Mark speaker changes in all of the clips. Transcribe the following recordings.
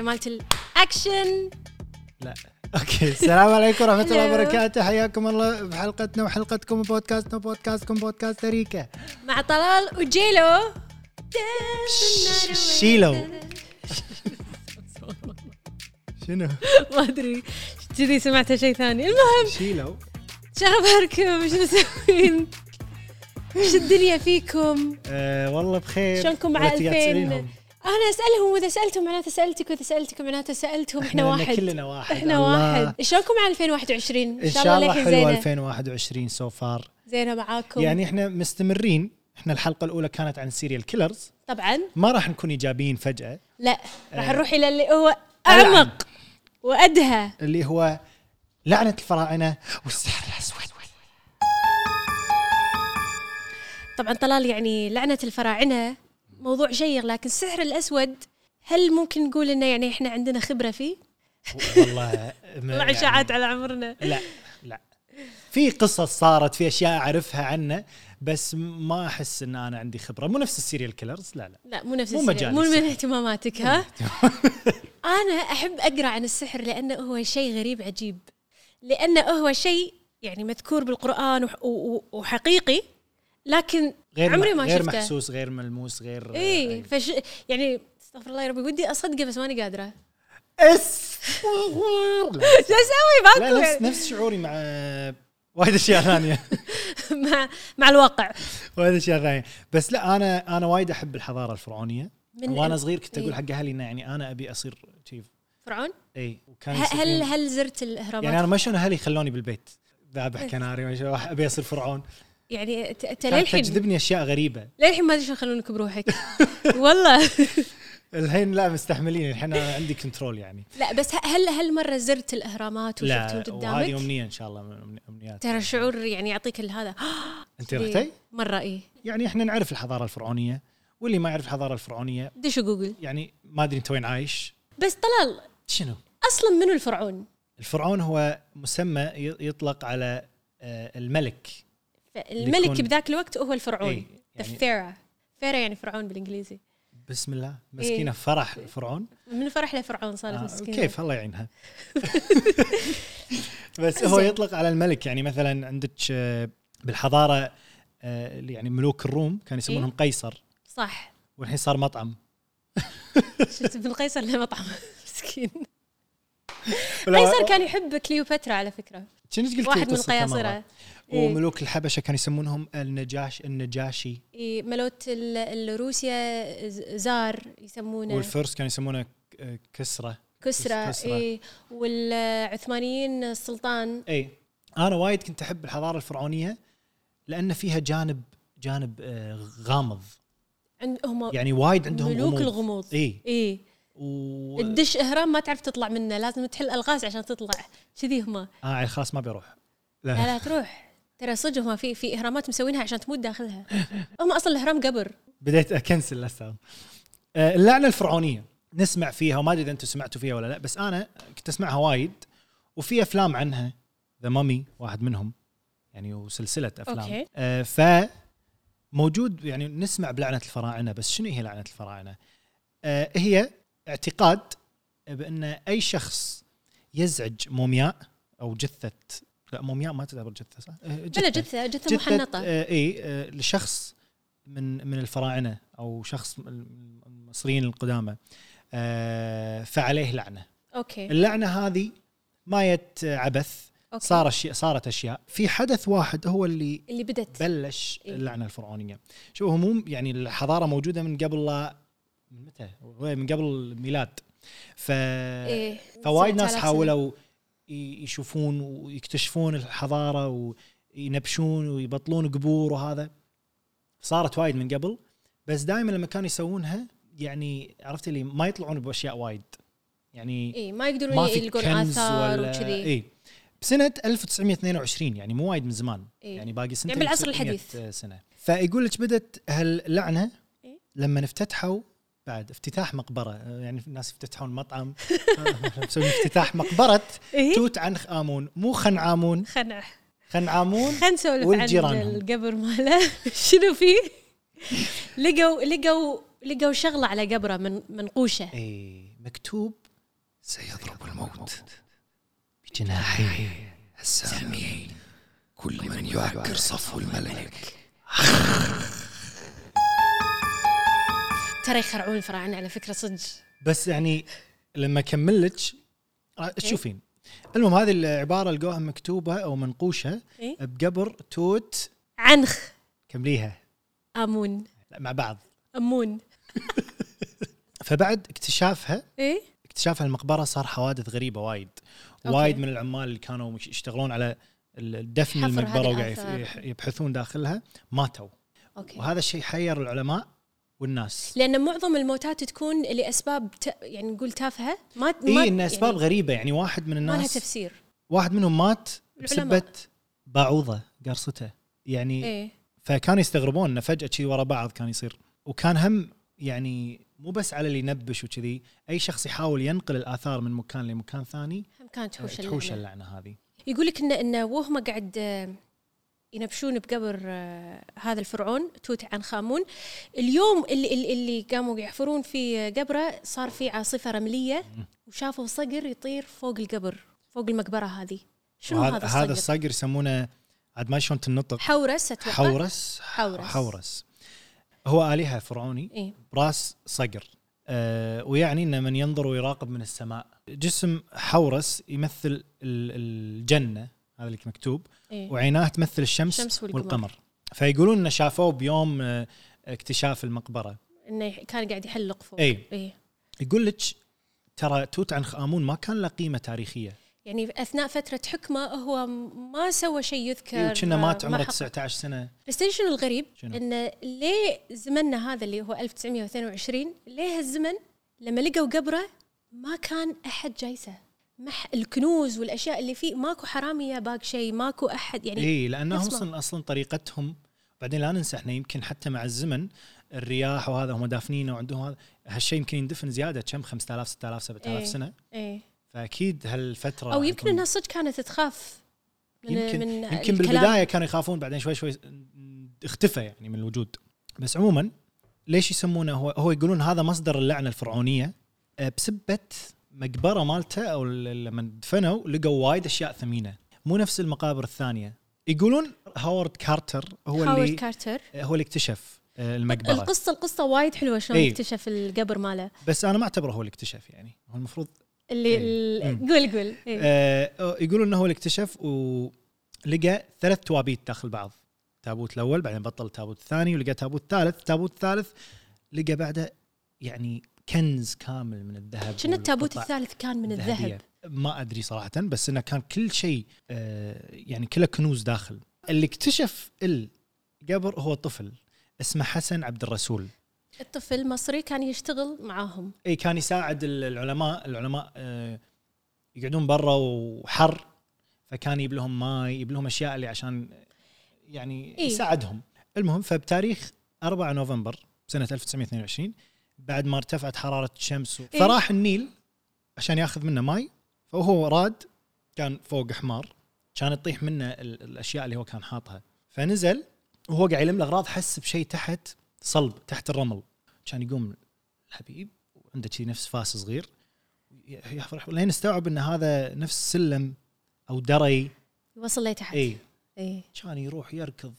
Speaker 1: مالت الاكشن
Speaker 2: لا اوكي السلام عليكم ورحمه الله
Speaker 1: Hello.
Speaker 2: وبركاته حياكم الله بحلقتنا وحلقتكم وبودكاستنا وبودكاستكم بودكاست اريكا
Speaker 1: مع طلال وجيلو
Speaker 2: شيلو. شنو
Speaker 1: ما ادري كذي سمعتها شيء ثاني المهم
Speaker 2: شيلو
Speaker 1: شو اخباركم شو مسوين شو الدنيا فيكم
Speaker 2: آه والله بخير
Speaker 1: شلونكم مع
Speaker 2: وأنت قاعد
Speaker 1: 2000
Speaker 2: تسألينهم.
Speaker 1: انا اسالهم واذا سالتهم معناته سالتك واذا سالتك معناته سالتهم احنا
Speaker 2: لأن
Speaker 1: واحد
Speaker 2: كلنا واحد
Speaker 1: احنا
Speaker 2: الله.
Speaker 1: واحد شلونكم مع 2021
Speaker 2: ان شاء الله
Speaker 1: للحين
Speaker 2: حلوه
Speaker 1: زينه
Speaker 2: 2021 سو فار
Speaker 1: زينه معاكم
Speaker 2: يعني احنا مستمرين احنا الحلقه الاولى كانت عن سيريال كيلرز
Speaker 1: طبعا
Speaker 2: ما راح نكون ايجابيين فجاه
Speaker 1: لا راح
Speaker 2: آه.
Speaker 1: نروح الى اللي هو
Speaker 2: ألعن.
Speaker 1: اعمق وادهى
Speaker 2: اللي هو لعنه الفراعنه والسحر الاسود
Speaker 1: طبعا طلال يعني لعنه الفراعنه موضوع شيق لكن السحر الاسود هل ممكن نقول انه يعني احنا عندنا خبره فيه؟
Speaker 2: والله ما-
Speaker 1: طلع
Speaker 2: إيه، يعني-
Speaker 1: اشاعات على عمرنا
Speaker 2: لا لا في قصص صارت في اشياء اعرفها عنه بس ما احس ان انا عندي خبره مو نفس السيريال كيلرز لا لا
Speaker 1: لا مو نفس
Speaker 2: مو
Speaker 1: السحر.
Speaker 2: مجال
Speaker 1: مو من
Speaker 2: السحر.
Speaker 1: اهتماماتك ها انا احب اقرا عن السحر لانه هو شيء غريب عجيب لانه هو شيء يعني مذكور بالقران وح- و- و- وحقيقي لكن
Speaker 2: غير
Speaker 1: عمري ما
Speaker 2: غير
Speaker 1: شفته. إيه.
Speaker 2: محسوس غير ملموس غير
Speaker 1: اي فش يعني استغفر الله يا ربي ودي اصدقه بس ماني قادره
Speaker 2: اس لا,
Speaker 1: شو اسوي
Speaker 2: لا
Speaker 1: ماكو
Speaker 2: نفس
Speaker 1: يعني.
Speaker 2: نفس شعوري مع وايد اشياء ثانيه
Speaker 1: مع مع الواقع
Speaker 2: وايد اشياء ثانيه بس لا انا انا وايد احب الحضاره الفرعونيه
Speaker 1: من
Speaker 2: وانا صغير كنت اقول
Speaker 1: إيه.
Speaker 2: حق اهلي انه يعني انا ابي اصير تشيف
Speaker 1: فرعون
Speaker 2: اي إيه، وكان
Speaker 1: ه- هل
Speaker 2: يصيرون-
Speaker 1: هل زرت
Speaker 2: يعني
Speaker 1: الاهرامات
Speaker 2: انا ما شلون اهلي خلوني بالبيت ذابح
Speaker 1: إيه.
Speaker 2: كناري ما شلون ابي اصير فرعون
Speaker 1: يعني ت- انت
Speaker 2: كانت
Speaker 1: للحين
Speaker 2: تجذبني اشياء غريبه
Speaker 1: للحين ما ادري شلون خلونك بروحك والله
Speaker 2: الحين لا مستحملين الحين انا عندي كنترول يعني
Speaker 1: لا بس ه- هل هل مره زرت الاهرامات وشفتهم
Speaker 2: لا وهذه
Speaker 1: قدامك؟
Speaker 2: امنيه ان شاء الله من أمني- امنيات
Speaker 1: ترى شعور يعني يعطيك ال- هذا إيه.
Speaker 2: انت رحتي؟
Speaker 1: مره اي
Speaker 2: يعني احنا نعرف الحضاره الفرعونيه واللي ما يعرف الحضاره الفرعونيه
Speaker 1: دشوا جوجل
Speaker 2: يعني ما ادري انت وين عايش
Speaker 1: بس طلال
Speaker 2: شنو؟
Speaker 1: اصلا منو الفرعون؟
Speaker 2: الفرعون هو مسمى ي- يطلق على آه، الملك
Speaker 1: الملك
Speaker 2: يكون-
Speaker 1: بذاك الوقت هو الفرعون
Speaker 2: إيه،
Speaker 1: ذا
Speaker 2: يعني-
Speaker 1: فيرا فيرا يعني فرعون بالانجليزي
Speaker 2: بسم الله مسكينه فرح فرعون
Speaker 1: من فرح لفرعون صارت
Speaker 2: آه
Speaker 1: مسكينه
Speaker 2: كيف الله يعينها بس هو
Speaker 1: زين.
Speaker 2: يطلق على الملك يعني مثلا عندك آه، بالحضاره آه، اللي يعني ملوك الروم كانوا يسمونهم
Speaker 1: إيه.
Speaker 2: قيصر
Speaker 1: صح
Speaker 2: والحين صار مطعم
Speaker 1: شفت ابن قيصر له مطعم مسكين قيصر كان يحب كليوباترا على فكره
Speaker 2: كنت قلت
Speaker 1: واحد من إيه.
Speaker 2: قصة
Speaker 1: قياصرها
Speaker 2: مرة. وملوك الحبشه كانوا يسمونهم النجاش النجاشي
Speaker 1: إيه، ملوت ال- الروسيا ز- زار يسمونه
Speaker 2: والفرس كانوا يسمونه ك- آه، كسره
Speaker 1: كسرى
Speaker 2: كسرى.
Speaker 1: إيه والعثمانيين السلطان
Speaker 2: اي انا إيه. وايد كنت احب الحضاره الفرعونيه لان فيها جانب جانب آه، غامض
Speaker 1: عند هم
Speaker 2: يعني وايد عندهم
Speaker 1: ملوك
Speaker 2: غموض.
Speaker 1: الغموض
Speaker 2: اي
Speaker 1: إيه
Speaker 2: و...
Speaker 1: تدش اهرام ما تعرف تطلع منه لازم تحل الغاز عشان تطلع كذي هما
Speaker 2: اه خلاص ما بيروح
Speaker 1: لا
Speaker 2: لا
Speaker 1: لا تروح ترى صدق هما في في اهرامات مسوينها عشان تموت داخلها هم اصلا الاهرام قبر
Speaker 2: بديت اكنسل الاستاذ آه، اللعنه الفرعونيه نسمع فيها وما ادري اذا انتم سمعتوا فيها ولا لا بس انا كنت اسمعها وايد وفي افلام عنها ذا مامي واحد منهم يعني وسلسله افلام
Speaker 1: أوكي.
Speaker 2: آه، ف موجود يعني نسمع بلعنه الفراعنه بس شنو هي لعنه الفراعنه؟ آه، هي اعتقاد بان اي شخص يزعج مومياء او جثه لا مومياء ما تعتبر جثه صح؟ آه،
Speaker 1: بلا جثه جثه محنطه
Speaker 2: آه اي آه لشخص من من الفراعنه او شخص من الم- المصريين القدامى آه فعليه لعنه
Speaker 1: اوكي
Speaker 2: اللعنه هذه ما يت عبث
Speaker 1: اوكي
Speaker 2: صار اشياء صارت اشياء في حدث واحد هو اللي
Speaker 1: اللي بدت
Speaker 2: بلش
Speaker 1: إيه.
Speaker 2: اللعنه الفرعونيه شوف هو مو يعني الحضاره موجوده من قبل لا من متى من قبل الميلاد ف
Speaker 1: إيه.
Speaker 2: فوايد
Speaker 1: سنة
Speaker 2: ناس
Speaker 1: 1000
Speaker 2: حاولوا ي- يشوفون ويكتشفون الحضاره وينبشون ويبطلون قبور وهذا صارت وايد من قبل بس دائما لما كانوا يسوونها يعني عرفت اللي ما يطلعون باشياء وايد يعني
Speaker 1: اي إيه، ما يقدرون
Speaker 2: ما في
Speaker 1: يلقون
Speaker 2: كنز
Speaker 1: اثار
Speaker 2: ولا إيه.
Speaker 1: وكذي
Speaker 2: اي بسنه 1922 يعني مو وايد من زمان
Speaker 1: إيه.
Speaker 2: يعني باقي سنتين
Speaker 1: بالعصر
Speaker 2: بتصير مية
Speaker 1: الحديث.
Speaker 2: سنه فيقول لك بدت هاللعنه
Speaker 1: إيه.
Speaker 2: لما افتتحوا بعد افتتاح مقبره يعني الناس يفتتحون مطعم مسوين افتتاح مقبره
Speaker 1: إيه؟
Speaker 2: توت عنخ امون مو خنعامون
Speaker 1: خلنا
Speaker 2: خنعامون
Speaker 1: خلنا نسولف عن
Speaker 2: والجيرانهم.
Speaker 1: القبر ماله شنو فيه؟ لقوا لقوا لقوا شغله على قبره من منقوشه
Speaker 2: اي إيه، مكتوب
Speaker 3: سيضرب الموت بجناحيه السامين كل من يعكر صفو الملك
Speaker 1: ترى يخرعون الفراعنه على فكره صدق
Speaker 2: بس يعني لما اكمل لك راح
Speaker 1: إيه.
Speaker 2: تشوفين المهم هذه العباره لقوها مكتوبه او منقوشه
Speaker 1: إيه؟
Speaker 2: بقبر توت
Speaker 1: عنخ
Speaker 2: كمليها
Speaker 1: امون
Speaker 2: لا، مع بعض
Speaker 1: امون
Speaker 2: فبعد اكتشافها
Speaker 1: ايه
Speaker 2: اكتشاف المقبره صار حوادث غريبه وايد
Speaker 1: أوكي.
Speaker 2: وايد من العمال اللي كانوا مش- يشتغلون على الدفن
Speaker 1: حفر
Speaker 2: المقبره
Speaker 1: هذه
Speaker 2: وقاعد
Speaker 1: الآثار.
Speaker 2: يف- يبحثون داخلها ماتوا
Speaker 1: اوكي
Speaker 2: وهذا الشيء حير العلماء والناس
Speaker 1: لان معظم الموتات تكون لاسباب ت... يعني نقول تافهه ما ما
Speaker 2: اي ان اسباب
Speaker 1: يعني
Speaker 2: غريبه يعني واحد من
Speaker 1: ما لها
Speaker 2: إيه، الناس
Speaker 1: تفسير
Speaker 2: واحد منهم مات
Speaker 1: العلماء.
Speaker 2: بسبه باعوضه قرصته يعني
Speaker 1: ايه
Speaker 2: فكانوا يستغربون انه فجاه شي ورا بعض كان يصير وكان هم يعني مو بس على اللي ينبش وكذي اي شخص يحاول ينقل الاثار من مكان لمكان ثاني
Speaker 1: هم كانت تحوش
Speaker 2: إيه، تحوش
Speaker 1: اللعنة.
Speaker 2: اللعنه هذه
Speaker 1: يقول لك ان ان وهم قاعد آه، ينبشون بقبر آه، هذا الفرعون توت عنخ آمون اليوم اللي اللي- اللي قاموا يحفرون في آه، قبره صار في عاصفه رمليه وشافوا صقر يطير فوق القبر فوق المقبره هذه شنو
Speaker 2: وهذا-
Speaker 1: هذا
Speaker 2: هذا
Speaker 1: الصقر؟
Speaker 2: الصقر يسمونه عاد ما شلون تنطق
Speaker 1: حورس اتوقع
Speaker 2: حورس
Speaker 1: حورس.
Speaker 2: حورس هو آلهة فرعوني
Speaker 1: اي
Speaker 2: براس صقر أه ويعني أن من ينظر ويراقب من السماء جسم حورس يمثل ال- الجنة هذا اللي مكتوب
Speaker 1: اي
Speaker 2: وعيناه تمثل الشمس,
Speaker 1: الشمس والقمر.
Speaker 2: والقمر فيقولون انه شافوه بيوم آه، اكتشاف المقبره
Speaker 1: انه كان قاعد يحلق فوق إيه.
Speaker 2: أي.
Speaker 1: اي
Speaker 2: يقول لك ترى توت عنخ امون ما كان له قيمه تاريخيه
Speaker 1: يعني اثناء فتره حكمه هو ما سوى شيء يذكر
Speaker 2: كنا مات
Speaker 1: ما
Speaker 2: إيه، عمره
Speaker 1: حط-
Speaker 2: 19 سنه
Speaker 1: بس تدري شنو الغريب؟
Speaker 2: شنو؟
Speaker 1: انه ليه زمننا هذا اللي هو 1922 ليه هالزمن لما لقوا قبره ما كان احد جايسه مح الكنوز والاشياء اللي فيه ماكو حرامي يا باق شيء ماكو احد يعني
Speaker 2: اي لانهم
Speaker 1: نفس ما-
Speaker 2: اصلا اصلا طريقتهم بعدين لا ننسى احنا يمكن حتى مع الزمن الرياح وهذا هم دافنينه وعندهم هذا هالشيء يمكن يندفن زياده كم 5000 6000 7000
Speaker 1: إيه.
Speaker 2: سنه
Speaker 1: ايه
Speaker 2: فاكيد هالفتره
Speaker 1: او
Speaker 2: حتكون-
Speaker 1: يمكن انها صدق كانت تخاف من
Speaker 2: آه، يمكن
Speaker 1: من
Speaker 2: يمكن
Speaker 1: الكلام.
Speaker 2: بالبدايه كانوا يخافون بعدين شوي شوي اختفى يعني من الوجود بس عموما ليش يسمونه هو هو يقولون هذا مصدر اللعنه الفرعونيه آه، بسبه مقبره مالته او ال- لما دفنوا لقوا وايد اشياء ثمينه مو نفس المقابر الثانيه يقولون هاورد كارتر هو
Speaker 1: هاورد
Speaker 2: اللي
Speaker 1: كارتر
Speaker 2: هو اللي اكتشف آه، المقبره
Speaker 1: القصه القصه وايد حلوه شلون
Speaker 2: إيه.
Speaker 1: اكتشف القبر ماله
Speaker 2: بس انا ما اعتبره هو اللي اكتشف يعني هو المفروض
Speaker 1: اللي
Speaker 2: إيه.
Speaker 1: ال-
Speaker 2: مم.
Speaker 1: قول قول إيه.
Speaker 2: آه، يقولون انه هو اللي اكتشف ولقى ثلاث توابيت داخل بعض تابوت الاول بعدين بطل التابوت الثاني ولقى تابوت ثالث تابوت الثالث لقى بعده يعني كنز كامل من الذهب
Speaker 1: كنا التابوت
Speaker 2: والقطع
Speaker 1: الثالث كان من
Speaker 2: الذهبية.
Speaker 1: الذهب
Speaker 2: ما ادري صراحه بس انه كان كل شيء آه، يعني كله كنوز داخل اللي اكتشف القبر هو طفل اسمه حسن عبد الرسول
Speaker 1: الطفل مصري كان يشتغل معاهم
Speaker 2: اي كان يساعد ال- العلماء العلماء آه، يقعدون برا وحر فكان يجيب لهم ماي يجيب لهم اشياء اللي عشان يعني
Speaker 1: إي.
Speaker 2: يساعدهم المهم فبتاريخ 4 نوفمبر سنه 1922 بعد ما ارتفعت حراره الشمس و...
Speaker 1: إي.
Speaker 2: فراح النيل عشان ياخذ منه ماي فهو راد كان فوق حمار كان تطيح منه ال- الاشياء اللي هو كان حاطها فنزل وهو قاعد يلم الاغراض حس بشيء تحت صلب تحت الرمل كان يقوم الحبيب وعنده شي نفس فاس صغير يفرح لين استوعب ان هذا نفس سلم او دري
Speaker 1: يوصل لي تحت
Speaker 2: اي
Speaker 1: إيه.
Speaker 2: كان يروح يركض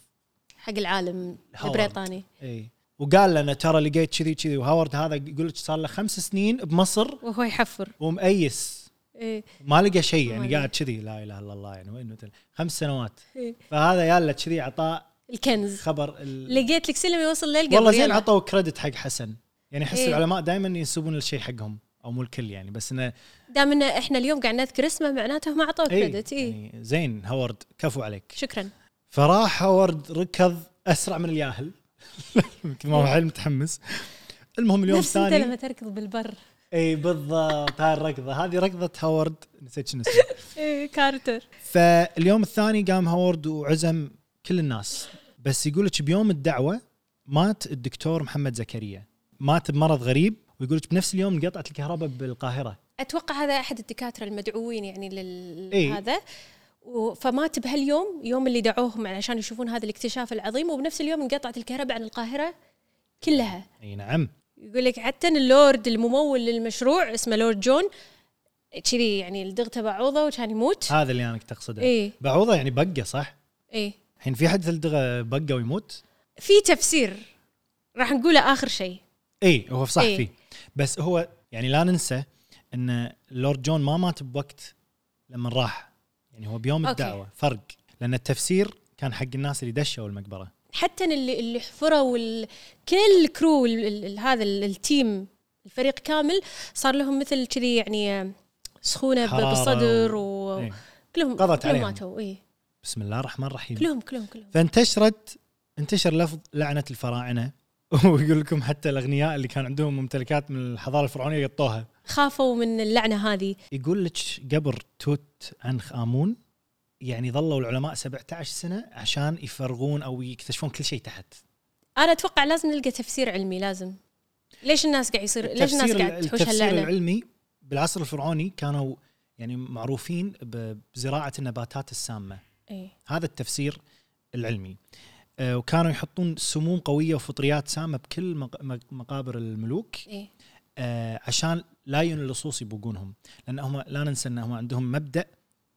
Speaker 1: حق العالم
Speaker 2: هاورد.
Speaker 1: البريطاني
Speaker 2: اي وقال لنا ترى لقيت كذي كذي وهاورد هذا يقول لك صار له خمس سنين بمصر
Speaker 1: وهو يحفر
Speaker 2: ومأيس
Speaker 1: إيه.
Speaker 2: ما لقى شيء
Speaker 1: ما
Speaker 2: يعني
Speaker 1: لقى.
Speaker 2: قاعد كذي لا اله الا الله يعني وين مثل خمس سنوات
Speaker 1: إيه.
Speaker 2: فهذا يالا كذي عطاه
Speaker 1: الكنز
Speaker 2: خبر ال...
Speaker 1: لقيت لك سلم يوصل للقبر
Speaker 2: والله زين
Speaker 1: يلا.
Speaker 2: عطوا كريدت حق حسن يعني احس
Speaker 1: إيه.
Speaker 2: العلماء دائما ينسبون الشيء حقهم او مو الكل يعني بس انه
Speaker 1: دام ان احنا اليوم قاعد نذكر اسمه معناته ما عطوه
Speaker 2: إيه،
Speaker 1: كريدت اي
Speaker 2: يعني زين هاورد كفو عليك
Speaker 1: شكرا
Speaker 2: فراح هاورد ركض اسرع من الياهل يمكن ما هو حيل متحمس المهم اليوم
Speaker 1: نفس انت لما
Speaker 2: الثاني
Speaker 1: تركض بالبر
Speaker 2: اي بالضبط هاي الركضه هذه ركضه هاورد نسيت شنو اسمه
Speaker 1: إيه. كارتر
Speaker 2: فاليوم الثاني قام هاورد وعزم كل الناس بس يقول لك بيوم الدعوه مات الدكتور محمد زكريا مات بمرض غريب ويقول لك بنفس اليوم انقطعت الكهرباء بالقاهره
Speaker 1: اتوقع هذا احد الدكاتره المدعوين يعني لل
Speaker 2: إيه.
Speaker 1: هذا و- فمات بهاليوم يوم اللي دعوهم علشان يشوفون هذا الاكتشاف العظيم وبنفس اليوم انقطعت الكهرباء عن القاهره كلها
Speaker 2: اي نعم
Speaker 1: يقول لك حتى إن اللورد الممول للمشروع اسمه لورد جون كذي يعني لدغته بعوضه وكان يموت إيه،
Speaker 2: هذا اللي انا كنت اقصده
Speaker 1: اي
Speaker 2: بعوضه يعني بقه صح؟
Speaker 1: اي
Speaker 2: الحين في حد تلدغه بقه ويموت؟
Speaker 1: إيه. في تفسير راح نقوله اخر شيء
Speaker 2: اي إيه، هو صح
Speaker 1: إي.
Speaker 2: فيه بس هو يعني لا ننسى ان لورد جون ما مات بوقت لما راح يعني هو بيوم
Speaker 1: أوكي.
Speaker 2: الدعوه فرق لان التفسير كان حق الناس اللي دشوا المقبره
Speaker 1: حتى اللي اللي حفروا وال... كل الكرو ال- ال- ال- هذا ال- التيم الفريق كامل صار لهم مثل كذي يعني سخونه ب-
Speaker 2: حرارة
Speaker 1: بالصدر
Speaker 2: إيه.
Speaker 1: وكلهم
Speaker 2: قضت
Speaker 1: كلهم
Speaker 2: عليهم. إيه.
Speaker 1: ماتوا اي
Speaker 2: بسم الله الرحمن الرحيم
Speaker 1: كلهم كلهم كلهم
Speaker 2: فانتشرت انتشر لفظ لعنه الفراعنه ويقول لكم حتى الاغنياء اللي كان عندهم ممتلكات من الحضاره الفرعونيه قطوها
Speaker 1: خافوا من اللعنه هذه
Speaker 2: يقول لك قبر توت عنخ امون يعني ظلوا العلماء 17 سنه عشان يفرغون او يكتشفون كل شيء تحت
Speaker 1: انا اتوقع لازم نلقى تفسير علمي لازم ليش الناس قاعد يصير ليش الناس
Speaker 2: التفسير-
Speaker 1: قاعد تحوش
Speaker 2: التفسير
Speaker 1: هاللعنه
Speaker 2: العلمي بالعصر الفرعوني كانوا يعني معروفين ب- بزراعه النباتات السامه
Speaker 1: إيه.
Speaker 2: هذا التفسير العلمي آه، وكانوا يحطون سموم قويه وفطريات سامه بكل مق- مق- مقابر الملوك
Speaker 1: إيه.
Speaker 2: آه، عشان لا يجون اللصوص يبوقونهم لان هم لا ننسى انهم عندهم مبدا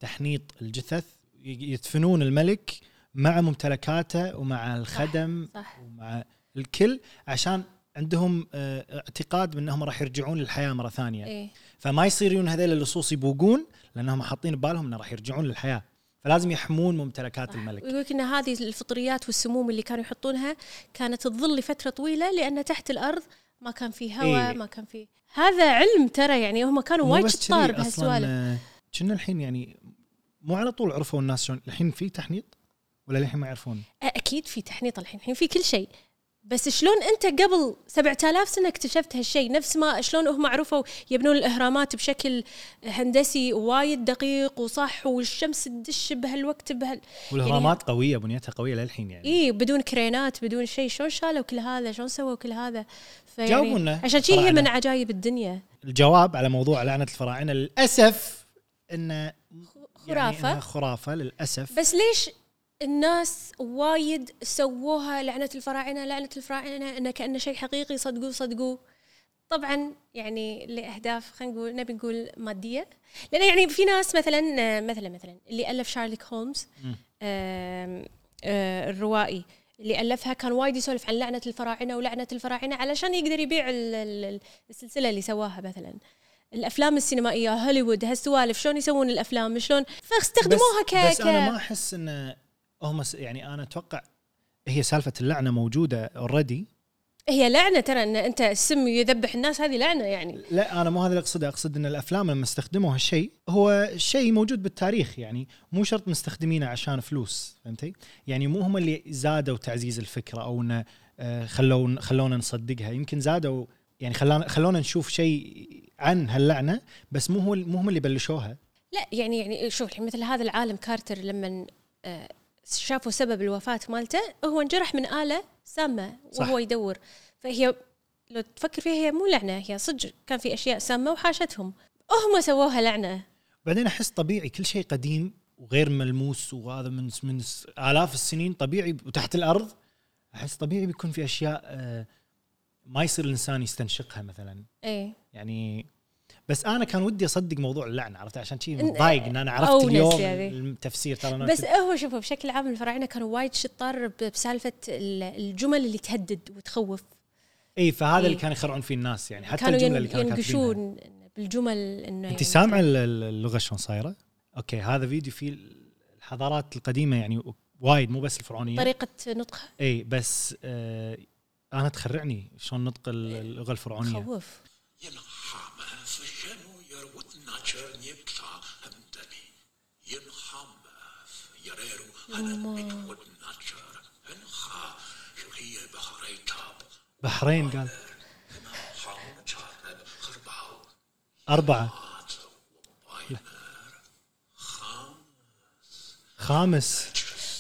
Speaker 2: تحنيط الجثث ي- يدفنون الملك مع ممتلكاته ومع الخدم
Speaker 1: صح.
Speaker 2: ومع الكل عشان عندهم آه، اعتقاد بانهم راح يرجعون للحياه مره ثانيه
Speaker 1: إيه.
Speaker 2: فما يصير يجون هذيل اللصوص يبوقون لانهم حاطين ببالهم انه راح يرجعون للحياه فلازم يحمون ممتلكات الملك
Speaker 1: ويقول لك ان هذه الفطريات والسموم اللي كانوا يحطونها كانت تظل لفتره طويله لان تحت الارض ما كان في هواء
Speaker 2: إيه.
Speaker 1: ما كان في هذا علم ترى يعني هم كانوا
Speaker 2: مو
Speaker 1: وايد
Speaker 2: بس كذي،
Speaker 1: شطار
Speaker 2: أصلاً،
Speaker 1: بهالسوالف
Speaker 2: آه، كنا الحين يعني مو على طول عرفوا الناس شلون الحين في تحنيط ولا الحين ما يعرفون
Speaker 1: اكيد في تحنيط الحين الحين في كل شيء بس شلون انت قبل 7000 سنه اكتشفت هالشيء نفس ما شلون هم عرفوا يبنون الاهرامات بشكل هندسي وايد دقيق وصح والشمس تدش بهالوقت بهال
Speaker 2: والاهرامات قويه بنيتها قويه للحين يعني
Speaker 1: اي بدون كرينات بدون شيء شلون شالوا كل هذا شلون سووا كل هذا فيعني-
Speaker 2: جاوبونا
Speaker 1: عشان شي هي
Speaker 2: الفراعنة.
Speaker 1: من عجائب الدنيا
Speaker 2: الجواب على موضوع لعنه الفراعنه للاسف انه
Speaker 1: خرافه
Speaker 2: يعني إنها
Speaker 1: يعني
Speaker 2: خرافه للاسف
Speaker 1: بس ليش الناس وايد سووها لعنه الفراعنه لعنه الفراعنه انه كانه شيء حقيقي صدقوه صدقوه طبعا يعني لاهداف خلينا نقول نبي نقول ماديه لان يعني في ناس مثلا مثلا مثلا اللي الف شارلوك هولمز
Speaker 2: مم.
Speaker 1: آم، آه، الروائي اللي الفها كان وايد يسولف عن لعنه الفراعنه ولعنه الفراعنه علشان يقدر يبيع ال- ال- السلسله اللي سواها مثلا الافلام السينمائيه هوليوود هالسوالف شلون يسوون الافلام شلون فاستخدموها ك
Speaker 2: بس
Speaker 1: ك
Speaker 2: انا ما احس ان هم س- يعني انا اتوقع هي سالفه اللعنه موجوده اوريدي
Speaker 1: هي لعنه ترى ان انت السم يذبح الناس هذه لعنه يعني
Speaker 2: لا انا مو هذا اللي اقصده اقصد ان الافلام لما استخدموا هالشيء هو شيء موجود بالتاريخ يعني مو شرط مستخدمينه عشان فلوس فهمتي يعني مو هم اللي زادوا تعزيز الفكره او انه آه، خلون خلونا نصدقها يمكن زادوا يعني خلانا خلونا نشوف شيء عن هاللعنه بس مو هو مو هم اللي بلشوها
Speaker 1: لا يعني يعني شوف الحين مثل هذا العالم كارتر لما آه، شافوا سبب الوفاه مالته هو انجرح من اله سامه
Speaker 2: صح.
Speaker 1: وهو يدور فهي لو تفكر فيها هي مو لعنه هي صدق كان في اشياء سامه وحاشتهم هم سووها لعنه
Speaker 2: بعدين احس طبيعي كل شيء قديم وغير ملموس وهذا من من س- الاف السنين طبيعي وتحت الارض احس طبيعي بيكون في اشياء آه، ما يصير الانسان يستنشقها مثلا
Speaker 1: اي
Speaker 2: يعني بس انا كان ودي اصدق موضوع اللعنه عرفت عشان شيء متضايق ان انا عرفت
Speaker 1: أونس
Speaker 2: اليوم
Speaker 1: يعني.
Speaker 2: التفسير ترى أنا
Speaker 1: بس
Speaker 2: كنت-
Speaker 1: هو شوفوا بشكل عام الفراعنه كانوا وايد شطار ب- بسالفه ال- الجمل اللي تهدد وتخوف
Speaker 2: اي فهذا
Speaker 1: إيه.
Speaker 2: اللي كانوا يخرعون فيه الناس يعني حتى
Speaker 1: كانوا
Speaker 2: الجمله
Speaker 1: ين-
Speaker 2: اللي كانوا كاتبينها
Speaker 1: ينقشون بالجمل انه
Speaker 2: انت
Speaker 1: يعني
Speaker 2: سامعه ال- ال- اللغه شلون صايره؟ اوكي هذا فيديو فيه الحضارات القديمه يعني وايد مو بس الفرعونيه
Speaker 1: طريقه نطقها
Speaker 2: اي بس آه انا تخرعني شلون نطق ال- اللغه الفرعونيه
Speaker 1: تخوف
Speaker 4: Jenhamme vergenu jer utnačer njepša hemteni. Jenhamme jereru hanen mit utnačer. Henha šuhije bahrejtab.
Speaker 2: بحرين قال
Speaker 4: Haun čarnen hrbau.
Speaker 2: اربعه خامس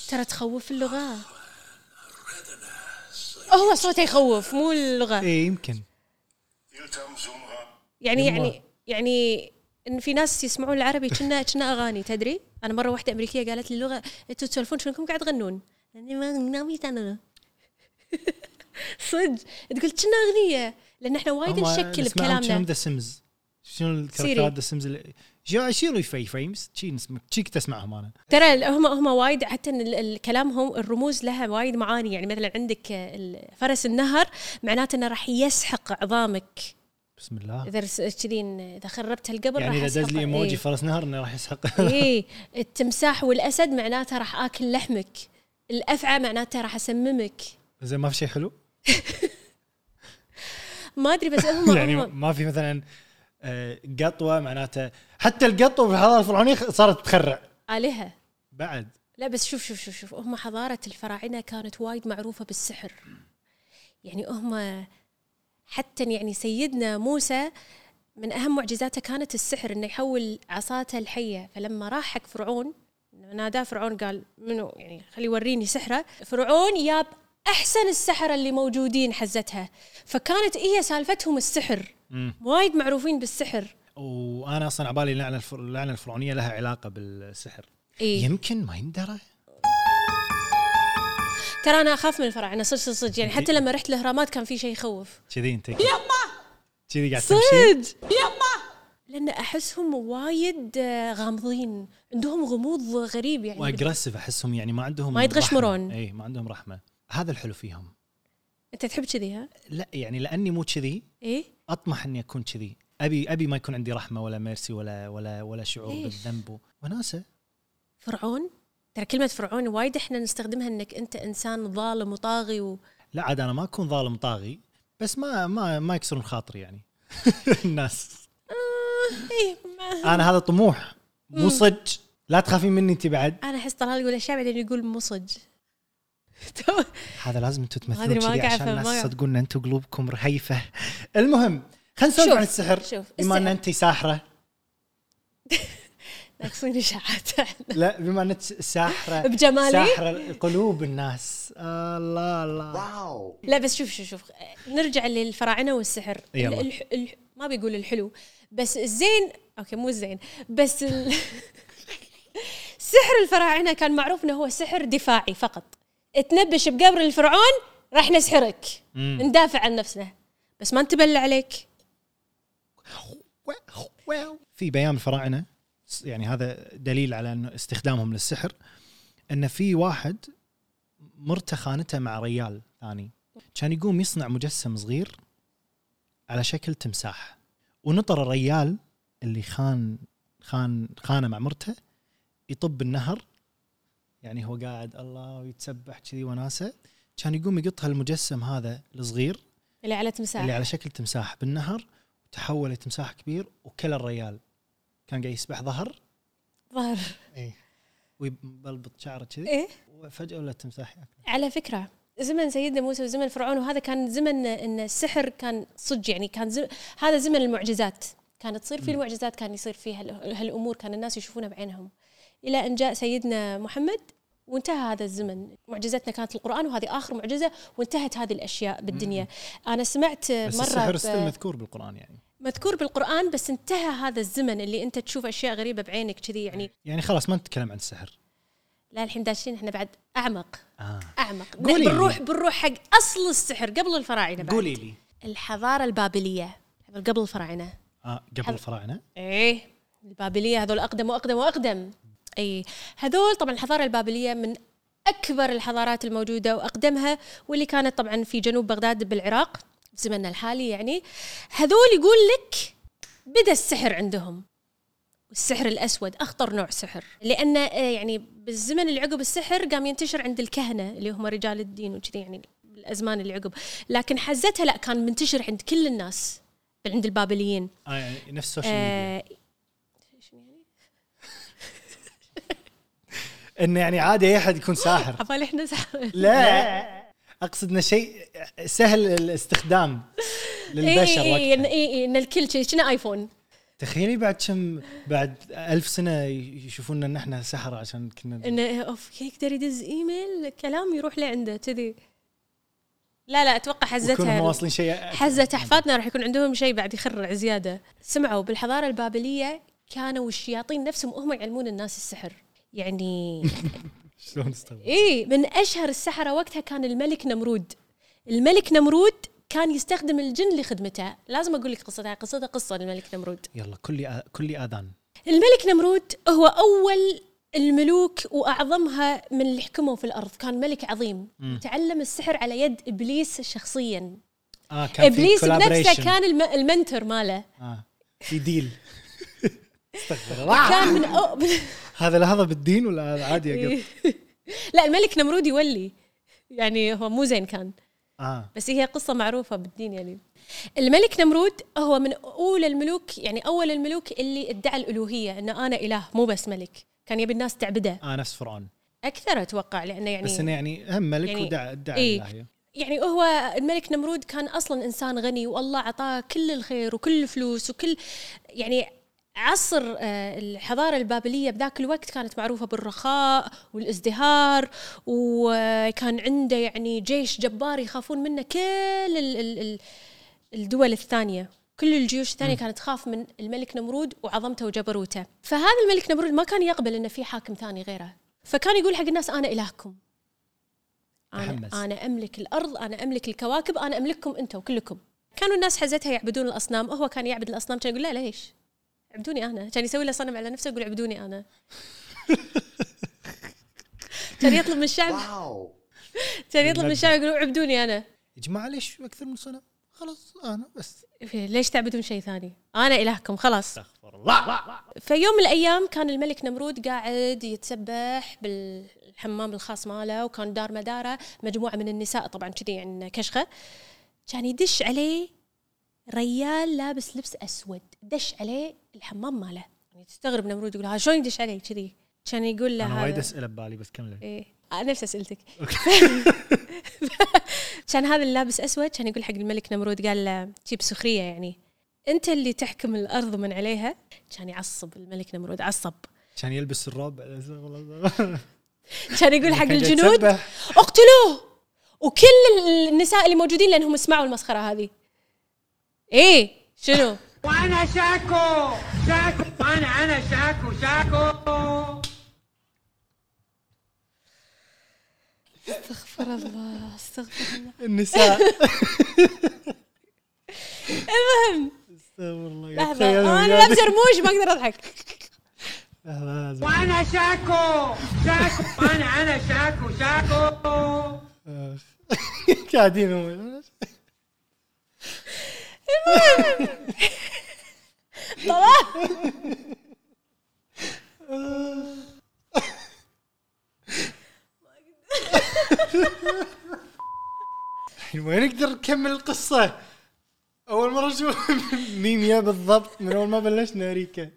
Speaker 1: ترى تخوف اللغه هو صوته يخوف مو اللغه
Speaker 2: اي إيه، يمكن
Speaker 4: Iltam zumra.
Speaker 1: يعني
Speaker 2: يما.
Speaker 1: يعني يعني ان في ناس يسمعون العربي كنا كنا اغاني تدري انا مره واحده امريكيه قالت لي اللغه انتم تسولفون شلونكم قاعد تغنون لاني ما ناميت انا صدق تقول كنا اغنيه لان احنا وايد
Speaker 2: هم
Speaker 1: نشكل
Speaker 2: اسمهم كم
Speaker 1: بكلامنا
Speaker 2: ذا سيمز شنو الكاركترات السمز اللي- شو- يصيروا في فريمز شي نسمع شي كنت اسمعهم انا
Speaker 1: ترى هم هم وايد حتى ال- ال- كلامهم الرموز لها وايد معاني يعني مثلا عندك ال- فرس النهر معناته انه راح يسحق عظامك
Speaker 2: بسم الله
Speaker 1: اذا رس- كذي اذا خربت القبر
Speaker 2: يعني
Speaker 1: راح
Speaker 2: اذا دز
Speaker 1: أسحق-
Speaker 2: لي ايموجي
Speaker 1: إيه.
Speaker 2: فرس نهر انه راح يسحق
Speaker 1: اي التمساح والاسد معناته راح اكل لحمك الافعى معناته راح اسممك
Speaker 2: زين ما في شيء حلو
Speaker 1: ما ادري بس هم
Speaker 2: يعني
Speaker 1: هم
Speaker 2: ما في مثلا آه، قطوه معناته حتى القطوه في الحضاره الفرعونيه خ- صارت تخرع
Speaker 1: الهه
Speaker 2: بعد
Speaker 1: لا بس شوف شوف شوف شوف هم حضاره الفراعنه كانت وايد معروفه بالسحر يعني هم حتى يعني سيدنا موسى من اهم معجزاته كانت السحر انه يحول عصاته الحيه فلما راح حق فرعون ناداه فرعون قال منو يعني خلي يوريني سحره فرعون ياب احسن السحره اللي موجودين حزتها فكانت هي سالفتهم السحر
Speaker 2: مم.
Speaker 1: وايد معروفين بالسحر
Speaker 2: وانا اصلا عبالي اللعنه الفر... اللعنه الفرعونيه لها علاقه بالسحر
Speaker 1: إيه.
Speaker 2: يمكن ما يندرى
Speaker 1: ترى انا اخاف من الفراعنه صدق صدق صدق يعني حتى لما رحت الاهرامات كان في شيء يخوف
Speaker 2: كذي انت يما كذي قاعد تمشي
Speaker 1: صدق لان احسهم وايد آه، غامضين عندهم غموض غريب يعني
Speaker 2: واجريسف احسهم يعني ما عندهم
Speaker 1: ما يتغشمرون.
Speaker 2: اي ما عندهم رحمه هذا الحلو فيهم
Speaker 1: انت تحب كذي ها؟
Speaker 2: لا يعني لاني مو كذي
Speaker 1: ايه
Speaker 2: اطمح اني اكون كذي ابي ابي ما يكون عندي رحمه ولا ميرسي ولا ولا ولا شعور
Speaker 1: ليش؟
Speaker 2: بالذنب وناسه
Speaker 1: فرعون ترى كلمة فرعون وايد احنا نستخدمها انك انت انسان ظالم وطاغي و...
Speaker 2: لا عاد انا ما اكون ظالم طاغي بس ما ما ما يكسرون خاطري يعني الناس
Speaker 1: ايه ما...
Speaker 2: انا هذا طموح مو صدق لا تخافين مني انت بعد
Speaker 1: انا احس طلال يقول اشياء بعدين يقول مو صدق تو-
Speaker 2: هذا لازم انتم
Speaker 1: أدري
Speaker 2: تمثلون
Speaker 1: ما
Speaker 2: كذي
Speaker 1: قاعد
Speaker 2: عشان
Speaker 1: أفهم، ما
Speaker 2: الناس
Speaker 1: قاعد-
Speaker 2: تصدقون ان انتم قلوبكم رهيفه المهم خلينا نسولف
Speaker 1: شوف،
Speaker 2: عن السحر
Speaker 1: شوف،
Speaker 2: بما ان
Speaker 1: السحر.
Speaker 2: انت ساحره
Speaker 1: ناقصين اشاعات احنا
Speaker 2: لا بما انك ساحره
Speaker 1: بجمالي؟
Speaker 2: ساحره قلوب الناس آه، الله الله
Speaker 1: لا بس شوف شوف شوف نرجع للفراعنه والسحر
Speaker 2: يلا.
Speaker 1: الح... الح... ما بيقول الحلو بس الزين اوكي مو الزين بس ال... سحر الفراعنه كان معروف انه هو سحر دفاعي فقط تنبش بقبر الفرعون راح نسحرك
Speaker 2: مم.
Speaker 1: ندافع عن نفسنا بس ما نتبلى عليك
Speaker 2: في بيان الفراعنه س- يعني هذا دليل على انه استخدامهم للسحر ان في واحد مرته خانته مع ريال ثاني كان يقوم يصنع مجسم صغير على شكل تمساح ونطر الريال اللي خان خان خانه مع مرته يطب النهر يعني هو قاعد الله ويتسبح كذي وناسه كان يقوم يقط هالمجسم هذا الصغير
Speaker 1: اللي على تمساح
Speaker 2: اللي على شكل تمساح بالنهر تحول لتمساح كبير وكل الريال كان قاعد يسبح ظهر
Speaker 1: ظهر
Speaker 2: اي ويبلبط شعره كذي
Speaker 1: ايه
Speaker 2: وفجاه ولا التمساح ياكله
Speaker 1: على فكره زمن سيدنا موسى وزمن فرعون وهذا كان زمن ان السحر كان صدق يعني كان زم... هذا زمن المعجزات كانت تصير فيه المعجزات كان يصير فيه هال... هالامور كان الناس يشوفونها بعينهم الى ان جاء سيدنا محمد وانتهى هذا الزمن معجزتنا كانت القران وهذه اخر معجزه وانتهت هذه الاشياء بالدنيا انا سمعت
Speaker 2: بس
Speaker 1: مره
Speaker 2: السحر
Speaker 1: ب-
Speaker 2: ستيل مذكور بالقران يعني
Speaker 1: مذكور بالقران بس انتهى هذا الزمن اللي انت تشوف اشياء غريبه بعينك كذي يعني
Speaker 2: يعني خلاص ما نتكلم عن السحر
Speaker 1: لا الحين داشين احنا بعد اعمق
Speaker 2: آه.
Speaker 1: اعمق
Speaker 2: قولي لي.
Speaker 1: بنروح بنروح حق اصل السحر قبل الفراعنه بعد.
Speaker 2: قولي لي
Speaker 1: الحضاره البابليه قبل الفراعنه
Speaker 2: آه قبل الفراعنه
Speaker 1: ايه البابليه هذول اقدم واقدم واقدم اي إيه، هذول طبعا الحضاره البابليه من اكبر الحضارات الموجوده واقدمها واللي كانت طبعا في جنوب بغداد بالعراق بزمننا الحالي يعني هذول يقول لك بدا السحر عندهم والسحر الاسود اخطر نوع سحر لان آه، يعني بالزمن اللي عقب السحر قام ينتشر عند الكهنه اللي هم رجال الدين وكذي يعني الازمان اللي عقب لكن حزتها لا كان منتشر عند كل الناس عند البابليين
Speaker 2: آه يعني نفس السوشيال ميديا
Speaker 1: آه،
Speaker 2: انه يعني عادي اي احد يكون
Speaker 1: آه،
Speaker 2: ساحر
Speaker 1: عفالي احنا سحر
Speaker 2: لا اقصد انه شيء سهل الاستخدام
Speaker 1: إيه،
Speaker 2: للبشر
Speaker 1: اي اي
Speaker 2: وقتها.
Speaker 1: إيه، إن- اي إي، ان الكل شيء شنو ايفون
Speaker 2: تخيلي بعد كم بعد ألف سنه يشوفونا ان احنا سحره عشان كنا
Speaker 1: انه اوف يقدر يدز ايميل كلام يروح لعنده كذي لا لا اتوقع
Speaker 2: يكونوا هم
Speaker 1: حزتها
Speaker 2: واصلين شيء
Speaker 1: حزة احفادنا راح يكون عندهم شيء بعد يخرع زياده سمعوا بالحضاره البابليه كانوا الشياطين نفسهم هم يعلمون الناس السحر يعني إيه،
Speaker 2: شلون استوى؟
Speaker 1: اي من اشهر السحره وقتها كان الملك نمرود الملك نمرود كان يستخدم الجن لخدمته لازم اقول لك قصتها قصتها قصه للملك نمرود
Speaker 2: يلا كلي كلي اذان
Speaker 1: الملك نمرود هو اول الملوك واعظمها من اللي حكموا في الارض كان ملك عظيم
Speaker 2: مم.
Speaker 1: تعلم السحر على يد ابليس شخصيا
Speaker 2: اه كان
Speaker 1: ابليس
Speaker 2: في
Speaker 1: بنفسه
Speaker 2: collaboration.
Speaker 1: كان الم... المنتور ماله
Speaker 2: آه. في ديل استغفر الله
Speaker 1: كان إيه. من أو...
Speaker 2: هذا لا هذا بالدين ولا هذا عادي يا قط
Speaker 1: لا الملك نمرود يولي يعني هو مو زين كان
Speaker 2: اه
Speaker 1: بس هي قصة معروفة بالدين يعني الملك نمرود هو من أولى الملوك يعني أول الملوك اللي ادعى الألوهية أنه أنا إله مو بس ملك كان يبي الناس تعبده
Speaker 2: اه نفس فرعون
Speaker 1: أكثر أتوقع لأنه يعني
Speaker 2: بس انه يعني هم ملك
Speaker 1: يعني-
Speaker 2: ودعا ادعى
Speaker 1: إيه.
Speaker 2: إلهية.
Speaker 1: يعني هو الملك نمرود كان اصلا انسان غني والله عطاه كل الخير وكل الفلوس وكل يعني عصر آه، الحضاره البابليه بذاك الوقت كانت معروفه بالرخاء والازدهار وكان عنده يعني جيش جبار يخافون منه كل ال- ال- ال- الدول الثانيه كل الجيوش الثانيه كانت تخاف من الملك نمرود وعظمته وجبروته فهذا الملك نمرود ما كان يقبل انه في حاكم ثاني غيره فكان يقول حق الناس انا الهكم
Speaker 2: تحمس.
Speaker 1: انا انا املك الارض انا املك الكواكب انا املككم انتم كلكم كانوا الناس حزتها يعبدون الاصنام هو كان يعبد الاصنام كان يقول لا ليش عبدوني انا كان يسوي له صنم على نفسه يقول عبدوني انا كان يطلب من الشعب كان يطلب من الشعب يقولوا عبدوني انا
Speaker 2: يا جماعه ليش اكثر من صنم؟ خلاص انا بس
Speaker 1: ليش تعبدون شيء ثاني انا الهكم خلاص
Speaker 2: استغفر الله
Speaker 1: في يوم من الايام كان الملك نمرود قاعد يتسبح بالحمام الخاص ماله وكان دار مداره مجموعه من النساء طبعا كذي يعني كشخه كان يدش عليه ريال لابس لبس اسود دش عليه الحمام ماله يعني تستغرب نمرود يقول هذا شلون يدش علي كذي كان يقول له
Speaker 2: انا
Speaker 1: هذا-
Speaker 2: وايد اسئله ببالي بس كمل
Speaker 1: ايه آه، نفس اسئلتك كان هذا اللابس اسود كان يقول حق الملك نمرود قال له شي بسخريه يعني انت اللي تحكم الارض من عليها كان يعصب الملك نمرود عصب
Speaker 2: عشان يلبس الراب
Speaker 1: كان يقول حق
Speaker 2: يعني كان جاي
Speaker 1: الجنود
Speaker 2: يتسبح.
Speaker 1: اقتلوه وكل النساء اللي موجودين لانهم سمعوا المسخره هذه ايه شنو
Speaker 5: وانا شاكو شاكو انا انا شاكو شاكو
Speaker 1: استغفر الله استغفر الله
Speaker 2: النساء
Speaker 1: المهم
Speaker 2: استغفر الله قاعد
Speaker 1: لحظه
Speaker 2: أتخيلهم
Speaker 1: انا
Speaker 2: قاعد-
Speaker 1: لابسه رموش ما اقدر اضحك
Speaker 2: لحظة، لحظة.
Speaker 5: وانا شاكو شاكو انا انا شاكو شاكو
Speaker 2: آخ. قاعدين هم
Speaker 1: طلع
Speaker 2: الحين وين نقدر نكمل القصه؟ اول مره اشوف ميم يا بالضبط من اول ما بلشنا ريكا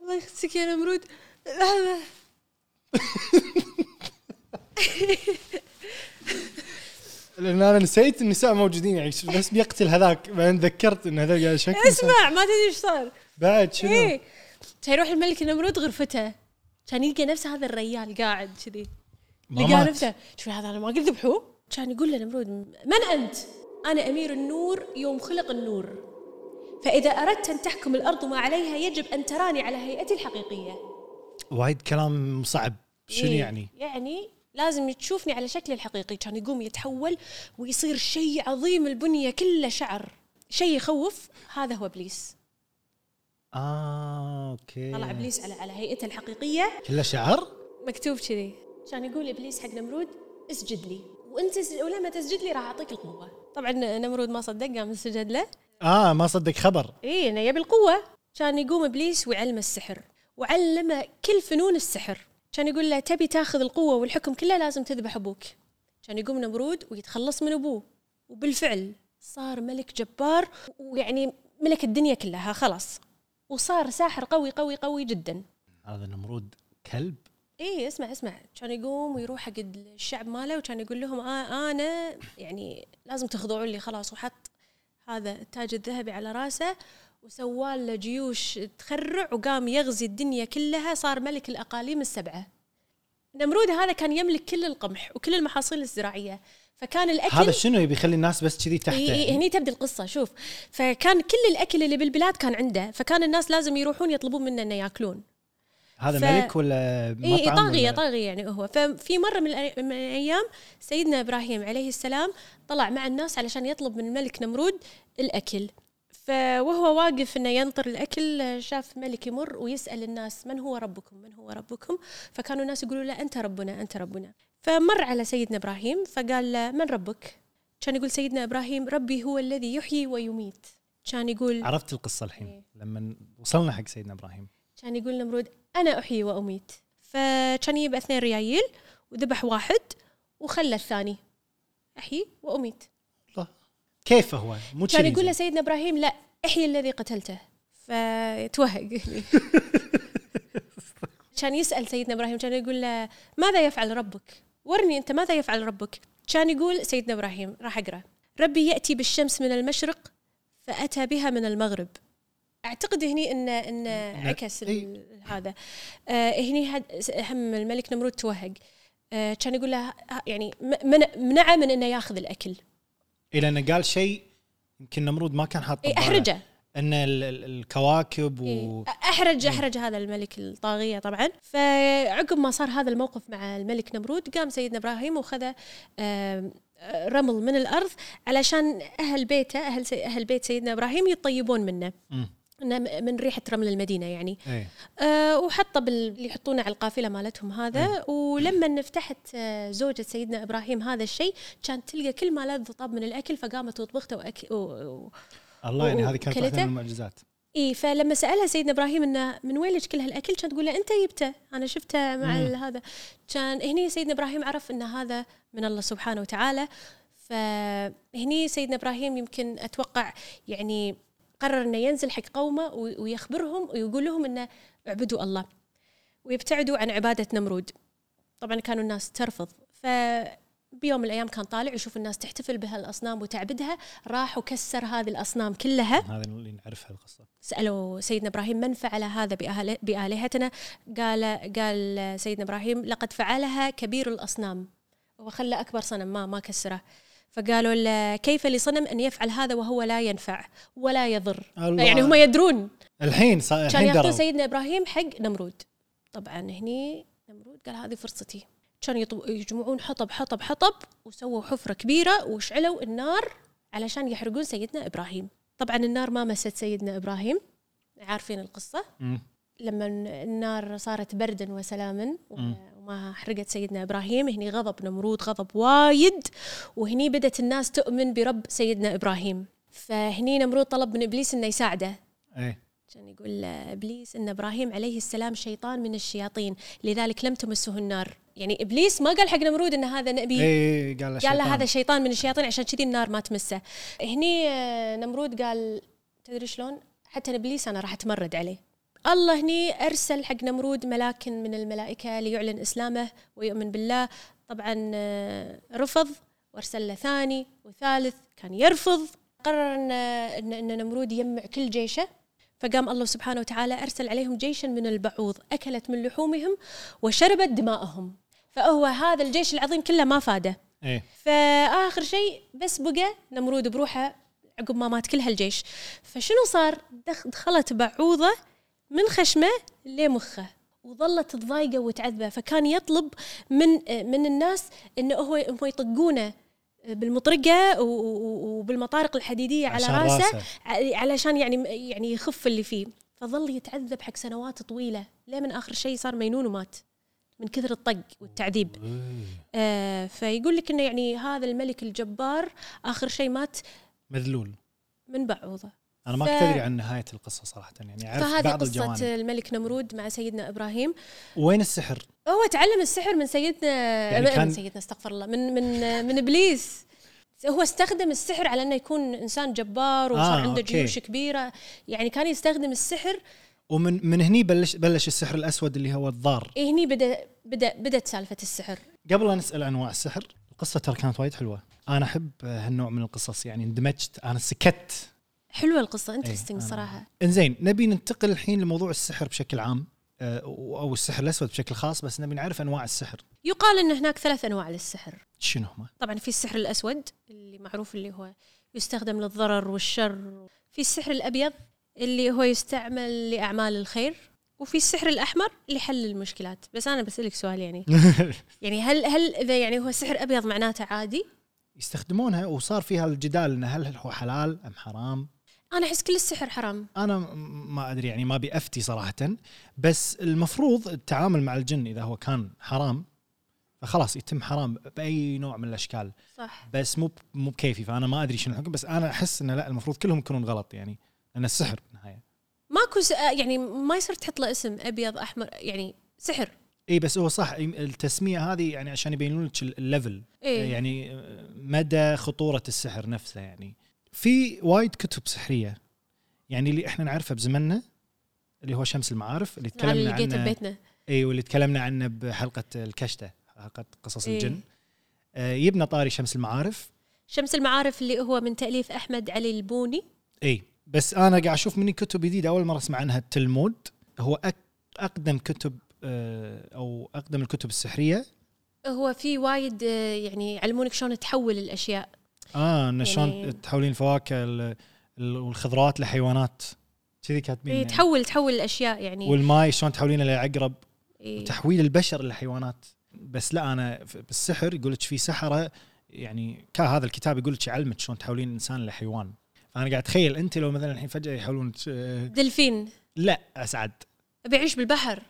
Speaker 1: الله يخسك يا نمرود لحظه
Speaker 2: لان انا نسيت النساء موجودين يعني بس بيقتل هذاك بعدين تذكرت ان هذا قاعد شكله
Speaker 1: اسمع ما تدري ايش صار
Speaker 2: بعد شنو؟
Speaker 1: ايه كان يروح الملك نمرود غرفته كان يلقى نفسه هذا الريال قاعد كذي
Speaker 2: ما
Speaker 1: لقى
Speaker 2: مات.
Speaker 1: نفسه شوف هذا انا ما قلت ذبحوه كان يقول له نمرود من انت؟ انا امير النور يوم خلق النور فاذا اردت ان تحكم الارض وما عليها يجب ان تراني على هيئتي الحقيقيه
Speaker 2: وايد كلام صعب شنو
Speaker 1: إيه،
Speaker 2: يعني؟
Speaker 1: يعني لازم تشوفني على شكلي الحقيقي كان يقوم يتحول ويصير شيء عظيم البنيه كله شعر شيء يخوف هذا هو ابليس
Speaker 2: اه اوكي
Speaker 1: طلع ابليس على على هيئته الحقيقيه
Speaker 2: كله شعر؟
Speaker 1: مكتوب كذي كان يقول ابليس حق نمرود اسجد لي وانت س- ولما تسجد لي راح اعطيك القوه طبعا نمرود ما صدق قام سجد له
Speaker 2: اه ما صدق خبر
Speaker 1: اي انه إيه، يبي القوه كان يقوم ابليس ويعلمه السحر وعلمه كل فنون السحر كان يقول له تبي تاخذ القوه والحكم كله لازم تذبح ابوك كان يقوم نمرود ويتخلص من ابوه وبالفعل صار ملك جبار ويعني ملك الدنيا كلها خلاص وصار ساحر قوي قوي قوي جدا
Speaker 2: هذا نمرود كلب
Speaker 1: ايه اسمع اسمع كان يقوم ويروح حق الشعب ماله وكان يقول لهم آه انا يعني لازم تخضعوا لي خلاص وحط هذا التاج الذهبي على راسه وسواله جيوش تخرع وقام يغزي الدنيا كلها صار ملك الاقاليم السبعه نمرود هذا كان يملك كل القمح وكل المحاصيل الزراعيه فكان الاكل
Speaker 2: هذا شنو يبي يخلي الناس بس كذي تحته
Speaker 1: إي إي
Speaker 2: يعني؟
Speaker 1: هني تبدا القصه شوف فكان كل الاكل اللي بالبلاد كان عنده فكان الناس لازم يروحون يطلبون منه انه ياكلون
Speaker 2: هذا
Speaker 1: ف-
Speaker 2: ملك ولا مطعم
Speaker 1: اي طاغيه
Speaker 2: ولا-
Speaker 1: طاغيه إيه، يعني هو ففي مره من الأي- من الايام سيدنا ابراهيم عليه السلام طلع مع الناس علشان يطلب من الملك نمرود الاكل فوهو واقف انه ينطر الاكل آه، شاف ملك يمر ويسال الناس من هو ربكم من هو ربكم فكانوا الناس يقولوا له انت ربنا انت ربنا فمر على سيدنا ابراهيم فقال له من ربك كان يقول سيدنا ابراهيم ربي هو الذي يحيي ويميت كان يقول
Speaker 2: عرفت القصه الحين
Speaker 1: إيه.
Speaker 2: لما وصلنا حق سيدنا ابراهيم
Speaker 1: كان يقول نمرود انا احيي واميت فكان يجيب اثنين ريايل وذبح واحد وخلى الثاني احيي واميت
Speaker 2: الله كيف هو مو
Speaker 1: كان
Speaker 2: شريزة.
Speaker 1: يقول له سيدنا ابراهيم لا احيي الذي قتلته فتوهق كان يسال سيدنا ابراهيم كان يقول له ماذا يفعل ربك؟ ورني انت ماذا يفعل ربك؟ كان يقول سيدنا ابراهيم راح اقرا ربي ياتي بالشمس من المشرق فاتى بها من المغرب اعتقد هني ان ان عكس ال-
Speaker 2: إي.
Speaker 1: هذا آه هني هاد- هم الملك نمرود توهق آه كان يقول له ه- يعني م- منع- منعه من انه ياخذ الاكل
Speaker 2: إيه لأنه قال شيء يمكن نمرود ما كان حاط
Speaker 1: إي،
Speaker 2: بباله.
Speaker 1: احرجه
Speaker 2: ان ال- ال- الكواكب و
Speaker 1: إيه. احرج احرج هذا الملك الطاغيه طبعا فعقب ما صار هذا الموقف مع الملك نمرود قام سيدنا ابراهيم وخذ آم، رمل من الارض علشان اهل بيته اهل سي اهل بيت سيدنا ابراهيم يطيبون منه
Speaker 2: مم.
Speaker 1: إنه م- من ريحه رمل المدينه يعني
Speaker 2: ايه
Speaker 1: أه وحطه بال- اللي يحطونه على القافله مالتهم هذا ولما فتحت آه، زوجة سيدنا ابراهيم هذا الشيء كانت تلقى كل ما لذ وطاب من الاكل فقامت وطبخته وأك... و... و...
Speaker 2: الله يعني هذه كانت واحده
Speaker 1: وكلته؟ أه؟
Speaker 2: من المعجزات
Speaker 1: اي إيه، فلما سالها سيدنا ابراهيم انه من وين لك كل هالاكل؟ كانت تقول له انت جبته انا شفته مع
Speaker 2: مم.
Speaker 1: ال- هذا كان هني سيدنا ابراهيم عرف ان هذا من الله سبحانه وتعالى فهني سيدنا ابراهيم يمكن اتوقع يعني قرر انه ينزل حق قومه و- ويخبرهم ويقول لهم انه اعبدوا الله ويبتعدوا عن عباده نمرود. طبعا كانوا الناس ترفض ف بيوم من الايام كان طالع يشوف الناس تحتفل بهالاصنام وتعبدها راح وكسر هذه الاصنام كلها
Speaker 2: هذا اللي نعرفها القصه
Speaker 1: سألوا سيدنا إبراهيم من فعل هذا بآل- بآلهتنا قال قال سيدنا إبراهيم لقد فعلها كبير الأصنام وخلى أكبر صنم ما ما كسره فقالوا له كيف لصنم أن يفعل هذا وهو لا ينفع ولا يضر
Speaker 2: الله.
Speaker 1: يعني هم يدرون
Speaker 2: الحين صار
Speaker 1: كان
Speaker 2: الحين
Speaker 1: يعطون
Speaker 2: دروا
Speaker 1: سيدنا إبراهيم حق نمرود طبعا هني نمرود قال هذه فرصتي كان يطو- يجمعون حطب حطب حطب وسووا حفرة كبيرة وشعلوا النار علشان يحرقون سيدنا إبراهيم طبعا النار ما مست سيدنا إبراهيم عارفين القصة
Speaker 2: مم.
Speaker 1: لما النار صارت بردا وسلاما
Speaker 2: مم.
Speaker 1: وما حرقت سيدنا إبراهيم هني غضب نمرود غضب وايد وهني بدت الناس تؤمن برب سيدنا إبراهيم فهني نمرود طلب من إبليس إنه يساعده
Speaker 2: ايه
Speaker 1: كان يقول ابليس ان ابراهيم عليه السلام شيطان من الشياطين لذلك لم تمسه النار يعني ابليس ما قال حق نمرود ان هذا نبي
Speaker 2: ايه قال له
Speaker 1: قال
Speaker 2: شيطان.
Speaker 1: له هذا شيطان من الشياطين عشان كذي النار ما تمسه هني آه، نمرود قال تدري شلون حتى ابليس انا راح اتمرد عليه الله هني ارسل حق نمرود ملاك من الملائكه ليعلن اسلامه ويؤمن بالله طبعا آه، رفض وارسل له ثاني وثالث كان يرفض قرر ان ان, إن نمرود يجمع كل جيشه فقام الله سبحانه وتعالى ارسل عليهم جيشا من البعوض اكلت من لحومهم وشربت دماءهم فهو هذا الجيش العظيم كله ما فاده
Speaker 2: ايه
Speaker 1: فاخر شيء بس بقى نمرود بروحه عقب ما مات كل هالجيش فشنو صار دخ- دخلت بعوضه من خشمه لمخه وظلت تضايقه وتعذبه فكان يطلب من من الناس انه هو هم يطقونه بالمطرقه و- و- وبالمطارق الحديديه على
Speaker 2: عشان
Speaker 1: راسه ع- علشان يعني يعني يخف اللي فيه فظل يتعذب حق سنوات طويله ليه من اخر شيء صار مينون ومات من كثر الطق والتعذيب
Speaker 2: إيه.
Speaker 1: آه فيقول لك انه يعني هذا الملك الجبار اخر شيء مات
Speaker 2: مذلول
Speaker 1: من بعوضه
Speaker 2: انا ما
Speaker 1: ف-
Speaker 2: كنت ادري عن نهايه القصه صراحه يعني عرفت
Speaker 1: فهذه
Speaker 2: بعض
Speaker 1: قصه
Speaker 2: الجوانب
Speaker 1: الملك نمرود مع سيدنا ابراهيم
Speaker 2: وين السحر
Speaker 1: هو تعلم السحر من سيدنا
Speaker 2: يعني
Speaker 1: يعني
Speaker 2: كان-
Speaker 1: من سيدنا استغفر الله من من من ابليس هو استخدم السحر على انه يكون انسان جبار وصار
Speaker 2: آه،
Speaker 1: آه عنده
Speaker 2: أوكي.
Speaker 1: جيوش كبيره يعني كان يستخدم السحر
Speaker 2: ومن من هني بلش بلش السحر الاسود اللي هو الضار
Speaker 1: إيه هني بدا بدا بدات سالفه السحر
Speaker 2: قبل لا نسال انواع السحر القصه ترى كانت وايد حلوه انا احب هالنوع من القصص يعني اندمجت انا سكت
Speaker 1: حلوه القصه انترستنج
Speaker 2: أنا-
Speaker 1: صراحه
Speaker 2: انزين نبي ننتقل الحين لموضوع السحر بشكل عام آه، او السحر الاسود بشكل خاص بس نبي نعرف انواع السحر
Speaker 1: يقال ان هناك ثلاث انواع للسحر
Speaker 2: شنو هم
Speaker 1: طبعا في السحر الأسود اللي معروف اللي هو يستخدم للضرر والشر في السحر الأبيض اللي هو يستعمل لأعمال الخير وفي السحر الاحمر اللي حل المشكلات بس انا بسالك سؤال يعني يعني هل هل اذا يعني هو سحر ابيض معناته عادي
Speaker 2: يستخدمونها وصار فيها الجدال ان هل هو حلال ام حرام
Speaker 1: انا احس كل السحر حرام
Speaker 2: انا م- ما ادري يعني ما ابي افتي صراحه بس المفروض التعامل مع الجن اذا هو كان حرام فخلاص يتم حرام باي نوع من الاشكال
Speaker 1: صح
Speaker 2: بس مو ب- مو بكيفي فانا ما ادري شنو الحكم بس انا احس انه لا المفروض كلهم يكونون غلط يعني لان السحر بالنهايه
Speaker 1: ماكو س... يعني ما يصير تحط له اسم ابيض احمر يعني سحر
Speaker 2: اي بس هو صح يم- التسميه هذه يعني عشان يبينون لك ال- الليفل
Speaker 1: إيه.
Speaker 2: يعني آه، مدى خطوره السحر نفسه يعني في وايد كتب سحريه يعني اللي احنا نعرفها بزمننا اللي هو شمس المعارف اللي
Speaker 1: انا اللي
Speaker 2: تكلمنا
Speaker 1: لقيته
Speaker 2: عنه
Speaker 1: ببيتنا
Speaker 2: اي إيه، واللي تكلمنا عنه بحلقه الكشته حلقه قصص
Speaker 1: إيه.
Speaker 2: الجن آه، يبنى طاري شمس المعارف
Speaker 1: شمس المعارف اللي هو من تاليف احمد علي البوني
Speaker 2: اي إيه، بس انا قاعد اشوف مني كتب جديده اول مره اسمع عنها التلمود هو أك- اقدم كتب آه، او اقدم الكتب السحريه
Speaker 1: هو في وايد آه، يعني يعلمونك شلون تحول الاشياء
Speaker 2: اه
Speaker 1: يعني-
Speaker 2: انه شلون تحولين الفواكه ال- ال- والخضروات لحيوانات كذي كاتبين
Speaker 1: إيه
Speaker 2: يعني.
Speaker 1: تحول تحول الاشياء يعني
Speaker 2: والماي شلون تحولينه لعقرب
Speaker 1: إيه.
Speaker 2: تحويل البشر للحيوانات بس لا انا ف- بالسحر يقول لك في سحره يعني كا هذا الكتاب يقول لك يعلمك شلون تحولين انسان لحيوان فانا قاعد اتخيل انت لو مثلا الحين فجاه يحولونك آه،
Speaker 1: دلفين
Speaker 2: لا اسعد
Speaker 1: ابي اعيش بالبحر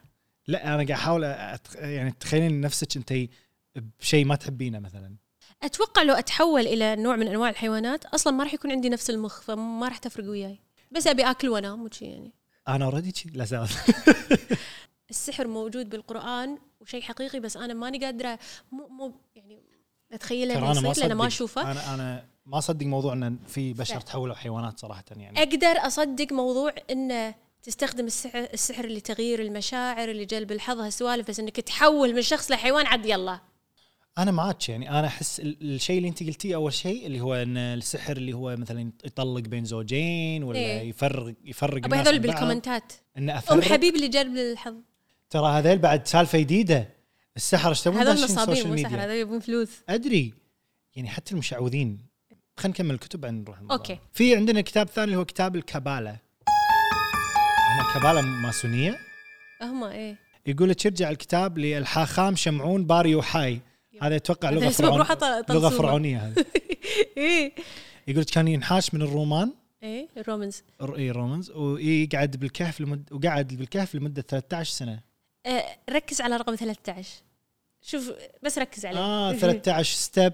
Speaker 2: لا انا قاعد احاول أتخ... يعني تخيلين نفسك انت بشيء ما تحبينه مثلا
Speaker 1: اتوقع لو اتحول الى نوع من انواع الحيوانات اصلا ما راح يكون عندي نفس المخ فما راح تفرق وياي بس ابي اكل وانام وشي يعني
Speaker 2: انا اوريدي شي- لا زال
Speaker 1: السحر موجود بالقران وشيء حقيقي بس انا ماني قادره مو مو يعني اتخيله
Speaker 2: ترى
Speaker 1: انه
Speaker 2: انا
Speaker 1: يصير
Speaker 2: ما اصدق
Speaker 1: لان ما اشوفه
Speaker 2: انا انا ما اصدق موضوع ان في بشر تحولوا حيوانات صراحه يعني
Speaker 1: اقدر اصدق موضوع انه تستخدم السحر, السحر لتغيير المشاعر لجلب الحظ هالسوالف بس انك تحول من شخص لحيوان عاد يلا
Speaker 2: انا معك يعني انا احس ال- الشيء اللي انت قلتيه اول شيء اللي هو ان السحر اللي هو مثلا يطلق بين زوجين ولا
Speaker 1: إيه.
Speaker 2: يفرق يفرق
Speaker 1: ابي
Speaker 2: الناس
Speaker 1: هذول
Speaker 2: من بعض.
Speaker 1: بالكومنتات
Speaker 2: ان
Speaker 1: ام
Speaker 2: افرق
Speaker 1: حبيب لجلب الحظ
Speaker 2: ترى هذيل بعد سالفه جديده السحر ايش تبون
Speaker 1: هذول
Speaker 2: داشين
Speaker 1: نصابين
Speaker 2: سوشيال
Speaker 1: مو
Speaker 2: ميديا.
Speaker 1: سحر هذول يبون فلوس
Speaker 2: ادري يعني حتى المشعوذين خلينا نكمل الكتب بعدين نروح الموضوع.
Speaker 1: أوكي.
Speaker 2: في عندنا كتاب ثاني اللي هو كتاب الكباله هم الكباله ماسونيه
Speaker 1: هم ايه
Speaker 2: يقول لك يرجع الكتاب للحاخام شمعون باري وحاي هذا يتوقع
Speaker 1: هذا
Speaker 2: لغه
Speaker 1: اسمه
Speaker 2: فرعون...
Speaker 1: بروحه طل-
Speaker 2: لغه
Speaker 1: طلسومة.
Speaker 2: فرعونيه هذا
Speaker 1: ايه
Speaker 2: يقول لك كان ينحاش من الرومان
Speaker 1: ايه الرومانز
Speaker 2: الر- إي، إيه، الرومانز ويقعد بالكهف لمد... وقعد بالكهف لمده 13 سنه
Speaker 1: آه ركز على رقم 13 شوف بس ركز عليه
Speaker 2: اه 13 ستيب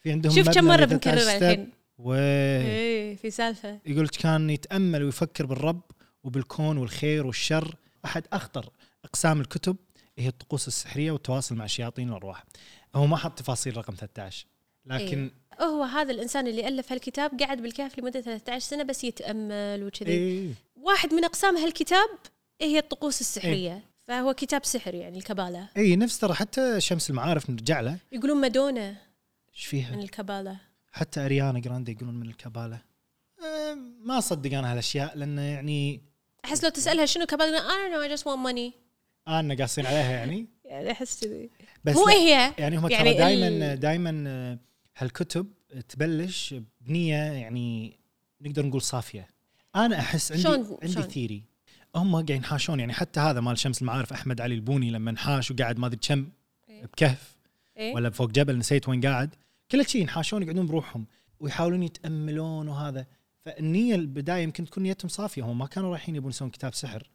Speaker 2: في عندهم
Speaker 1: شوف كم
Speaker 2: مبنى
Speaker 1: مرة
Speaker 2: 13
Speaker 1: بنكررها
Speaker 2: step.
Speaker 1: الحين.
Speaker 2: وي.
Speaker 1: ايه في سالفه
Speaker 2: يقول لك كان يتامل ويفكر بالرب وبالكون والخير والشر احد اخطر اقسام الكتب هي الطقوس السحريه والتواصل مع شياطين الارواح هو ما حط تفاصيل رقم 13
Speaker 1: إيه،
Speaker 2: لكن
Speaker 1: هو هذا الانسان اللي الف هالكتاب قعد بالكهف لمده 13 سنه بس يتامل وكذي
Speaker 2: إيه.
Speaker 1: واحد من اقسام هالكتاب إيه، هي الطقوس السحريه
Speaker 2: إيه.
Speaker 1: فهو كتاب سحر يعني الكباله
Speaker 2: اي إيه، نفس ترى حتى شمس المعارف نرجع له
Speaker 1: يقولون مادونا
Speaker 2: ايش
Speaker 1: من
Speaker 2: فيها
Speaker 1: الكباله
Speaker 2: حتى اريانا جراندي يقولون من الكباله أه، ما اصدق انا هالاشياء لان يعني
Speaker 1: احس لو تسالها شنو كباله انا نو اي جاست وان ماني
Speaker 2: انا قاصين عليها يعني
Speaker 1: يعني احس كذي
Speaker 2: بس
Speaker 1: مو
Speaker 2: لا.
Speaker 1: هي
Speaker 2: يعني هم
Speaker 1: يعني
Speaker 2: يعني
Speaker 1: ال-
Speaker 2: دائما دائما أه، هالكتب تبلش بنيه يعني نقدر نقول صافيه انا احس عندي
Speaker 1: شلون-
Speaker 2: عندي
Speaker 1: شلون؟
Speaker 2: ثيري هم قاعدين ينحاشون يعني حتى هذا مال شمس المعارف احمد علي البوني لما انحاش وقعد ما ادري كم
Speaker 1: إيه.
Speaker 2: بكهف
Speaker 1: إيه.
Speaker 2: ولا فوق جبل نسيت وين قاعد كل شيء ينحاشون يقعدون بروحهم ويحاولون يتاملون وهذا فالنيه البدايه يمكن تكون نيتهم صافيه هم ما كانوا رايحين يبون يسوون كتاب سحر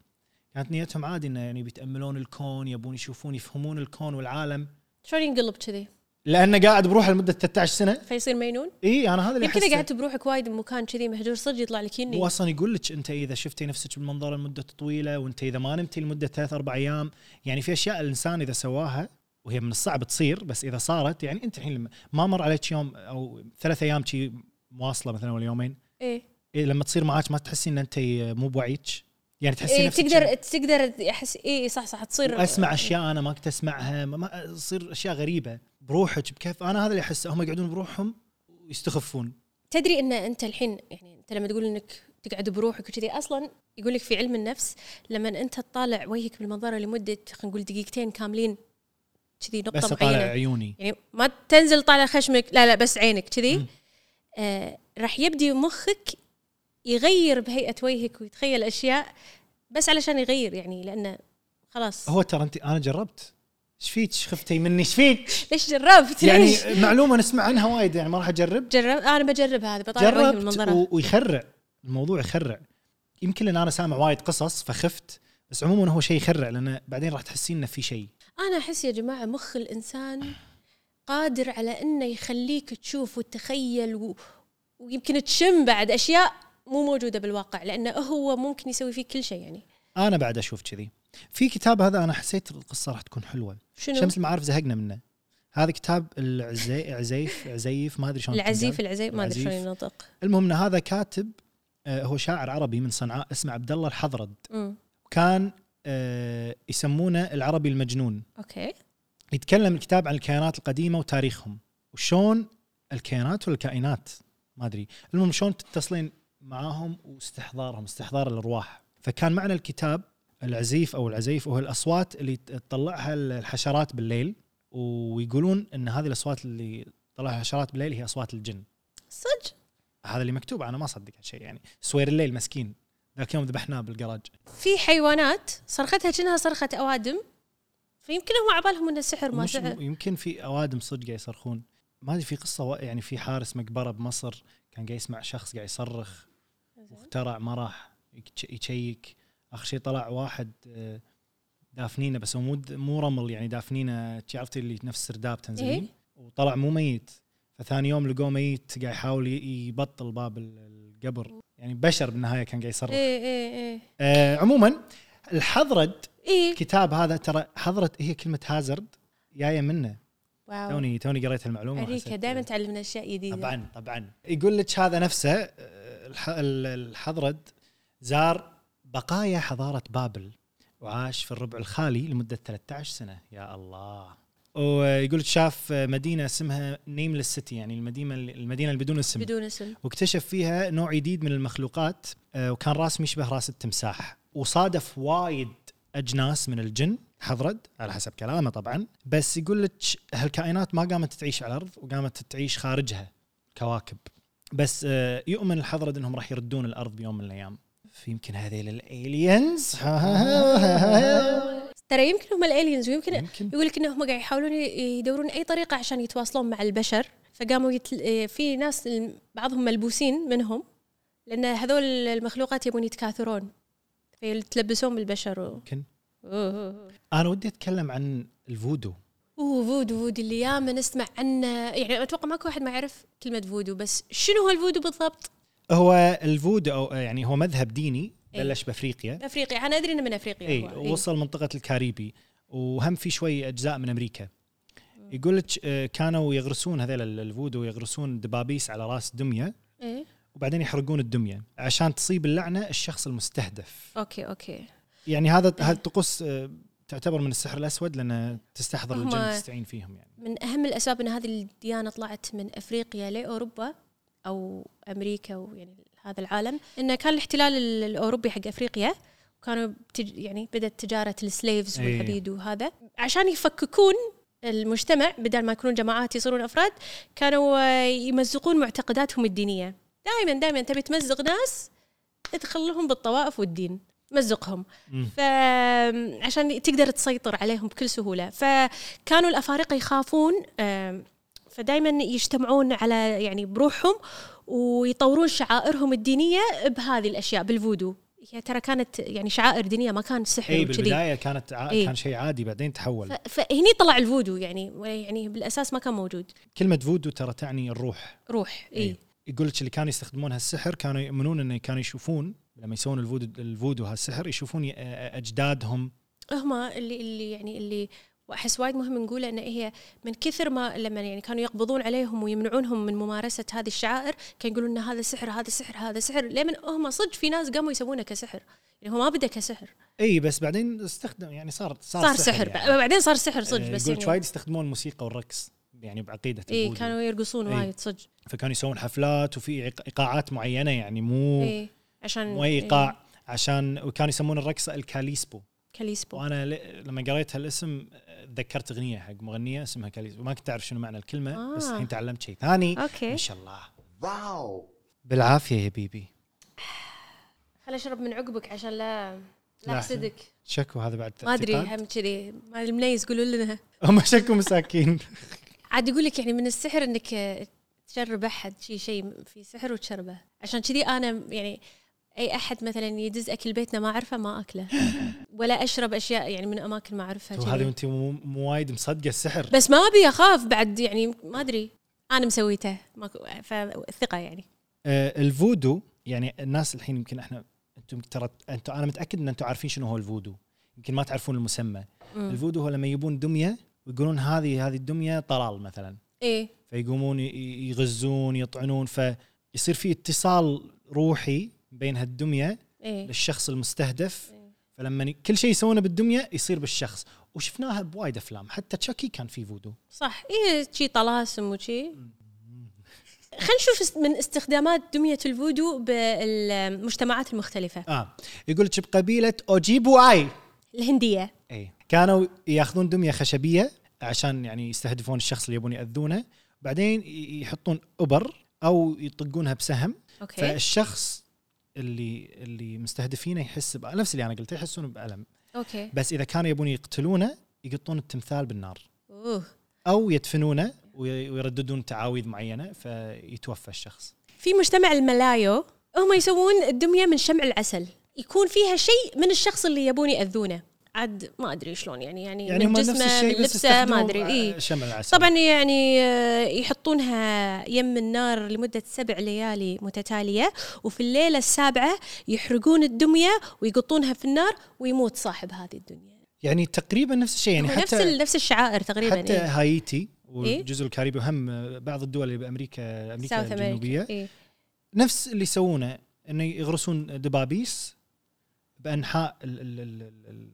Speaker 2: كانت نيتهم عادي انه يعني بيتاملون الكون يبون يشوفون يفهمون الكون والعالم
Speaker 1: إيه. شلون ينقلب كذي
Speaker 2: لانه قاعد بروحه لمده 13 سنه
Speaker 1: فيصير مجنون
Speaker 2: اي انا إيه، هذا اللي
Speaker 1: يمكن اذا
Speaker 2: أحسه.
Speaker 1: قعدت بروحك وايد بمكان كذي مهجور صدق يطلع لك يني
Speaker 2: هو اصلا يقول لك انت اذا شفتي نفسك بالمنظر لمده طويله وانت اذا ما نمتي لمده ثلاث اربع ايام يعني في اشياء الانسان اذا سواها وهي من الصعب تصير بس اذا صارت يعني انت الحين لما ما مر عليك يوم او ثلاث ايام شي مواصله مثلا ولا يومين
Speaker 1: ايه
Speaker 2: إيه لما تصير معك ما تحسين ان انت مو بوعيك يعني تحسين
Speaker 1: إيه
Speaker 2: نفسك
Speaker 1: تقدر تقدر احس اي صح صح تصير إيه.
Speaker 2: اسمع اشياء انا ما كنت اسمعها ما- ما تصير اشياء غريبه بروحك بكيف انا هذا اللي احسه هم يقعدون بروحهم ويستخفون
Speaker 1: تدري ان انت الحين يعني انت لما تقول انك تقعد بروحك وكذي اصلا يقول لك في علم النفس لما انت تطالع وجهك بالمنظره لمده خلينا نقول دقيقتين كاملين كذي
Speaker 2: بس
Speaker 1: نقطه
Speaker 2: اطالع
Speaker 1: معينه
Speaker 2: عيوني
Speaker 1: يعني ما تنزل طالع خشمك لا لا بس عينك كذي آه راح يبدي مخك يغير بهيئه وجهك ويتخيل اشياء بس علشان يغير يعني لانه خلاص
Speaker 2: هو ترى انت انا جربت ايش فيك إيش خفتي مني ايش فيك
Speaker 1: ليش جربت؟
Speaker 2: يعني
Speaker 1: ليش؟
Speaker 2: معلومه نسمع عنها وايد يعني ما راح اجرب
Speaker 1: جرب انا بجرب هذا بطالع وجهي من
Speaker 2: جربت
Speaker 1: منظرها
Speaker 2: و... ويخرع الموضوع يخرع يمكن لان انا سامع وايد قصص فخفت بس عموما هو شيء يخرع لان بعدين راح تحسين انه في شيء
Speaker 1: انا احس يا جماعه مخ الانسان قادر على انه يخليك تشوف وتتخيل و... ويمكن تشم بعد اشياء مو موجوده بالواقع لانه هو ممكن يسوي فيك كل شيء يعني
Speaker 2: انا بعد اشوف كذي في كتاب هذا انا حسيت القصه راح تكون حلوه
Speaker 1: شنو
Speaker 2: شمس المعارف زهقنا منه هذا كتاب العزي عزيف عزيف ما ادري شلون
Speaker 1: العزيف
Speaker 2: تنقال.
Speaker 1: العزيف ما ادري شلون
Speaker 2: العزيف.
Speaker 1: ينطق
Speaker 2: المهم ان هذا كاتب آه، هو شاعر عربي من صنعاء اسمه عبد الله الحضرد
Speaker 1: أمم،
Speaker 2: كان آه، يسمونه العربي المجنون
Speaker 1: اوكي
Speaker 2: يتكلم الكتاب عن الكيانات القديمه وتاريخهم وشون الكيانات والكائنات ما ادري المهم شلون تتصلين معاهم واستحضارهم استحضار الارواح فكان معنى الكتاب العزيف او العزيف وهو الاصوات اللي تطلعها الحشرات بالليل ويقولون ان هذه الاصوات اللي تطلعها الحشرات بالليل هي اصوات الجن
Speaker 1: صدق
Speaker 2: هذا اللي مكتوب انا ما اصدق هالشيء يعني سوير الليل مسكين ذاك يوم ذبحناه بالجراج
Speaker 1: في حيوانات صرختها كأنها صرخه اوادم فيمكن هم على بالهم انه سحر ما
Speaker 2: مش
Speaker 1: سحر
Speaker 2: يمكن في اوادم صدق قاعد يصرخون ما ادري في قصه وا- يعني في حارس مقبره بمصر كان قاعد يسمع شخص قاعد يصرخ واخترع ما راح يك- يشيك اخر شيء طلع واحد آه، دافنينه بس هو مو د- مو رمل يعني دافنينه عرفتي اللي نفس السرداب تنزلين
Speaker 1: إيه.
Speaker 2: وطلع مو ميت فثاني يوم لقوه ميت قاعد يحاول ي- يبطل باب ال- القبر يعني بشر بالنهايه كان قاعد يصرخ
Speaker 1: اي اي اي
Speaker 2: آه عموما الحضرد
Speaker 1: اي
Speaker 2: الكتاب هذا ترى حضرد هي كلمه هازارد جايه منه
Speaker 1: واو
Speaker 2: توني توني قريت المعلومه
Speaker 1: اريكا
Speaker 2: وحسيت-
Speaker 1: دائما تعلمنا اشياء جديده
Speaker 2: طبعا طبعا يقول لك هذا نفسه آه، الح- ال- الحضرد زار بقايا حضاره بابل وعاش في الربع الخالي لمده 13 سنه يا الله ويقول لك شاف مدينه اسمها نيملس سيتي يعني المدينه المدينه اللي بدون اسم
Speaker 1: بدون اسم
Speaker 2: واكتشف فيها نوع جديد من المخلوقات آه، وكان راسم يشبه راس التمساح وصادف وايد اجناس من الجن حضرد على حسب كلامه طبعا بس يقول لك هالكائنات ما قامت تعيش على الارض وقامت تعيش خارجها كواكب بس آه، يؤمن الحضرد انهم راح يردون الارض بيوم من الايام فيمكن هذيل الالينز
Speaker 1: ترى يمكن هم الالينز ويمكن
Speaker 2: يمكن.
Speaker 1: يقول لك انهم قاعد يحاولون ي- يدورون اي طريقه عشان يتواصلون مع البشر فقاموا يتل... إيه، في ناس الم- بعضهم ملبوسين منهم لان هذول المخلوقات يبون يتكاثرون فيتلبسون بالبشر و...
Speaker 2: يمكن
Speaker 1: اوه
Speaker 2: انا ودي اتكلم عن الفودو
Speaker 1: أوه، فودو فودو اللي ياما نسمع عنه يعني اتوقع ماكو واحد ما يعرف كلمه فودو بس شنو هو الفودو بالضبط؟
Speaker 2: هو الفودو أو- يعني هو مذهب ديني بلش بافريقيا
Speaker 1: افريقيا انا ادري انه من افريقيا
Speaker 2: اي
Speaker 1: هو. إيه.
Speaker 2: وصل منطقه إيه، الكاريبي وهم في شوي اجزاء من امريكا يقول لك آه، كانوا يغرسون هذول ال- الفودو يغرسون دبابيس على راس دميه
Speaker 1: إيه؟
Speaker 2: وبعدين يحرقون الدميه عشان تصيب اللعنه الشخص المستهدف
Speaker 1: اوكي اوكي
Speaker 2: يعني هذا
Speaker 1: إيه.
Speaker 2: هذه الطقوس آه، تعتبر من السحر الاسود لان تستحضر
Speaker 1: هم-
Speaker 2: الجن تستعين فيهم يعني
Speaker 1: من اهم الاسباب ان هذه الديانه طلعت من افريقيا لاوروبا او امريكا ويعني يعني هذا العالم انه كان الاحتلال ال- الاوروبي حق افريقيا وكانوا بتج... يعني بدات تجاره السليفز
Speaker 2: إيه.
Speaker 1: والعبيد وهذا عشان يفككون المجتمع بدل ما يكونون جماعات يصيرون افراد كانوا آه، يمزقون معتقداتهم الدينيه دائما دائما تبي تمزق ناس ادخل لهم بالطوائف والدين مزقهم
Speaker 2: مم.
Speaker 1: فعشان تقدر تسيطر عليهم بكل سهوله فكانوا الافارقه يخافون آم، فدائما يجتمعون على يعني بروحهم ويطورون شعائرهم الدينيه بهذه الاشياء بالفودو هي ترى كانت يعني شعائر دينيه ما كان سحر
Speaker 2: اي
Speaker 1: وكذي
Speaker 2: بالبدايه إيه، كانت ع...
Speaker 1: إي.
Speaker 2: كان شيء عادي بعدين تحول
Speaker 1: إيه. ف- فهني طلع الفودو يعني يعني بالاساس ما كان موجود
Speaker 2: كلمه فودو ترى تعني الروح
Speaker 1: روح اي
Speaker 2: إيه. يقول لك اللي كانوا يستخدمون هالسحر كانوا يؤمنون انه كانوا يشوفون لما يسوون الفودو الفودو هالسحر يشوفون ي- اجدادهم
Speaker 1: هم اللي اللي يعني اللي واحس وايد مهم نقوله ان هي من كثر ما لما يعني كانوا يقبضون عليهم ويمنعونهم من ممارسه هذه الشعائر كانوا يقولون ان هذا سحر هذا سحر هذا سحر لمن هم صدق في ناس قاموا يسوونه كسحر يعني هو ما بدا كسحر
Speaker 2: اي إيه، بس بعدين استخدم يعني صار
Speaker 1: صار, صار سحر, سحر
Speaker 2: يعني.
Speaker 1: بعدين صار سحر صدق
Speaker 2: آه،
Speaker 1: بس
Speaker 2: يقول لك
Speaker 1: يعني
Speaker 2: وايد يستخدمون الموسيقى والرقص يعني بعقيده
Speaker 1: اي
Speaker 2: الفودو.
Speaker 1: كانوا يرقصون
Speaker 2: إيه.
Speaker 1: وايد صدق
Speaker 2: فكانوا يسوون حفلات وفي عق- ايقاعات معينه يعني مو
Speaker 1: اي إيه، عشان
Speaker 2: مو اي ايقاع عشان وكانوا يسمون الرقصه الكاليسبو
Speaker 1: كاليسبو
Speaker 2: وانا ل... لما قريت هالاسم آه، تذكرت اغنيه حق مغنيه اسمها كاليسبو ما كنت اعرف شنو معنى الكلمه آه. بس
Speaker 1: آه.
Speaker 2: الحين تعلمت شيء ثاني
Speaker 1: أوكي.
Speaker 2: ما شاء الله واو بالعافيه يا بيبي
Speaker 1: خل اشرب من عقبك عشان لا لا
Speaker 2: لا.
Speaker 1: صدق
Speaker 2: شكو هذا بعد
Speaker 1: ما ادري
Speaker 2: اعتقاد؟
Speaker 1: هم كذي ما المنيس يقولوا لنا
Speaker 2: هم شكو مساكين
Speaker 1: عاد يقول لك يعني من السحر انك آه، تشرب احد شيء شيء في سحر وتشربه عشان كذي انا يعني اي احد مثلا يدز اكل بيتنا ما اعرفه ما اكله ولا اشرب اشياء يعني من اماكن ما اعرفها
Speaker 2: وهذه
Speaker 1: جذي.
Speaker 2: وانت مو مو وايد مصدقه السحر
Speaker 1: بس ما ابي اخاف بعد يعني ما ادري انا مسويته ماكو فثقه يعني
Speaker 2: آه الفودو يعني الناس الحين يمكن احنا انتم ترى انتم انا متاكد ان انتم عارفين شنو هو الفودو يمكن ما تعرفون المسمى
Speaker 1: مم.
Speaker 2: الفودو هو لما يجيبون دميه ويقولون هذه هذه الدميه طلال مثلا
Speaker 1: ايه
Speaker 2: فيقومون ي- ي- يغزون يطعنون فيصير في اتصال روحي بين هالدميه
Speaker 1: ايه
Speaker 2: للشخص المستهدف فلما ي- كل شيء يسوونه بالدميه يصير بالشخص وشفناها بوايد افلام حتى تشاكي كان في فودو
Speaker 1: صح ايه شي طلاسم وشي خلينا نشوف است- من استخدامات دمية الفودو بالمجتمعات المختلفة
Speaker 2: اه يقول لك بقبيله اوجيبواي
Speaker 1: الهندية
Speaker 2: اي كانوا ياخذون دميه خشبيه عشان يعني يستهدفون الشخص اللي يبون ياذونه بعدين ي- يحطون ابر او يطقونها بسهم
Speaker 1: اوكي
Speaker 2: فالشخص اللي اللي مستهدفينه يحس ب... نفس اللي انا قلته يحسون بالم
Speaker 1: اوكي
Speaker 2: بس اذا كانوا يبون يقتلونه يقطون التمثال بالنار
Speaker 1: أوه.
Speaker 2: او يدفنونه وي- ويرددون تعاويذ معينه فيتوفى الشخص
Speaker 1: في مجتمع الملايو هم يسوون الدمية من شمع العسل يكون فيها شيء من الشخص اللي يبون يأذونه عاد ما ادري شلون يعني يعني,
Speaker 2: يعني
Speaker 1: من
Speaker 2: هم نفس
Speaker 1: جسمه
Speaker 2: الشيء
Speaker 1: من
Speaker 2: بس آه،
Speaker 1: لبسه ما إيه.
Speaker 2: استخدموا
Speaker 1: ادري اي
Speaker 2: شمع العسل
Speaker 1: طبعا يعني آه، يحطونها يم النار لمدة سبع ليالي متتالية وفي الليلة السابعة يحرقون الدمية ويقطونها في النار ويموت صاحب هذه الدنيا
Speaker 2: يعني تقريبا نفس الشيء يعني
Speaker 1: يعني
Speaker 2: حتى
Speaker 1: نفس ال- نفس الشعائر تقريبا
Speaker 2: حتى
Speaker 1: إيه.
Speaker 2: هايتي
Speaker 1: إيه؟
Speaker 2: والجزء الكاريبي وهم بعض الدول اللي بامريكا امريكا
Speaker 1: South America.
Speaker 2: الجنوبيه
Speaker 1: إيه.
Speaker 2: نفس اللي يسوونه انه يغرسون دبابيس بانحاء ال- ال- ال- ال-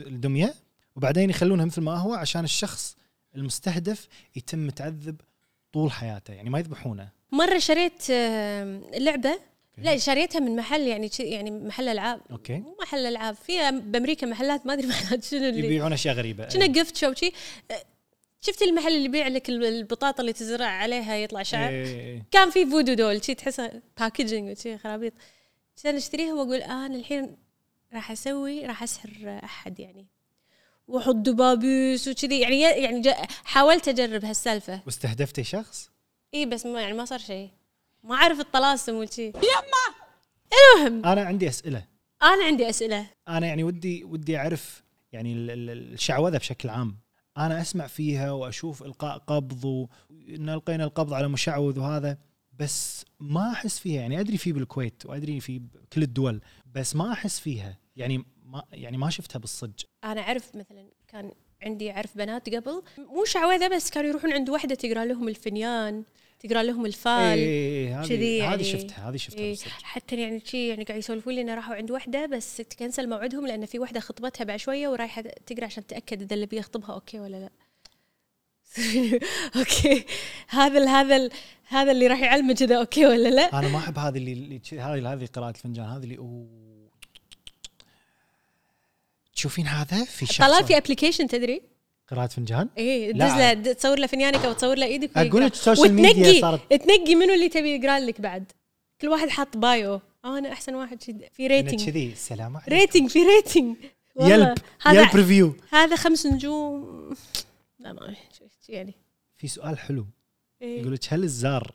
Speaker 2: ال- الدميه وبعدين يخلونها مثل ما هو عشان الشخص المستهدف يتم تعذب طول حياته يعني ما يذبحونه
Speaker 1: مرة شريت آم، لعبة لا شريتها من محل يعني شي- يعني محل العاب
Speaker 2: اوكي
Speaker 1: مو محل العاب في بامريكا محلات ما ادري محلات شنو اللي
Speaker 2: يبيعون إيه، اشياء غريبه
Speaker 1: كنا جفت شو شي أه، شفت المحل اللي يبيع لك ال- البطاطا اللي تزرع عليها يطلع شعر
Speaker 2: إيه.
Speaker 1: كان في فودو دول شي تحسها باكجنج وشي خرابيط كان اشتريها واقول آه انا الحين راح اسوي راح اسحر احد يعني واحط دبابيس وكذي يعني يعني جا- حاولت اجرب هالسالفه
Speaker 2: واستهدفتي شخص
Speaker 1: اي بس ما يعني ما صار شيء ما اعرف الطلاسم والشي يما المهم
Speaker 2: انا عندي اسئله
Speaker 1: انا عندي اسئله
Speaker 2: انا يعني ودي ودي اعرف يعني ال- ال- الشعوذه بشكل عام انا اسمع فيها واشوف القاء قبض وان القينا القبض على مشعوذ وهذا بس ما احس فيها يعني ادري في بالكويت وادري في كل الدول بس ما احس فيها يعني ما يعني ما شفتها بالصج
Speaker 1: انا اعرف مثلا كان عندي اعرف بنات قبل مو شعوذه بس كانوا يروحون عند واحده تقرا لهم الفنيان تقرا لهم الفال
Speaker 2: إيه، هذه
Speaker 1: آه، كذي
Speaker 2: هذه
Speaker 1: يعني.
Speaker 2: شفتها هذه شفتها
Speaker 1: إيه،
Speaker 2: بالصج
Speaker 1: حتى يعني شي يعني قاعد يسولفون لي انه راحوا عند وحده بس تكنسل موعدهم لان في وحده خطبتها بعد شويه ورايحه تقرا عشان تتاكد اذا اللي بيخطبها اوكي ولا لا اوكي هذا ال- هذا ال- هذا اللي راح يعلمك اذا اوكي ولا لا
Speaker 2: انا ما احب هذه اللي- اللي هذه هذه قراءه الفنجان هذه اللي أوه. تشوفين هذا في شخص
Speaker 1: طلال في ابلكيشن تدري
Speaker 2: قراءه فنجان
Speaker 1: ايه
Speaker 2: لا
Speaker 1: تدز له د- تصور له فنيانك او تصور له ايدك
Speaker 2: أقول
Speaker 1: ويقرأ.
Speaker 2: لك السوشيال ميديا
Speaker 1: وتنقي-
Speaker 2: صارت-
Speaker 1: تنقي منو اللي تبي يقرا لك بعد كل واحد حاط بايو آه انا احسن واحد شي- في
Speaker 2: إنه
Speaker 1: ريتنج
Speaker 2: يعني كذي السلام عليكم
Speaker 1: ريتنج في ريتنج والله.
Speaker 2: يلب
Speaker 1: هذا
Speaker 2: يلب ريفيو
Speaker 1: هذا خمس نجوم لا ما شفت يعني
Speaker 2: في سؤال حلو
Speaker 1: إيه.
Speaker 2: يقول لك هل الزار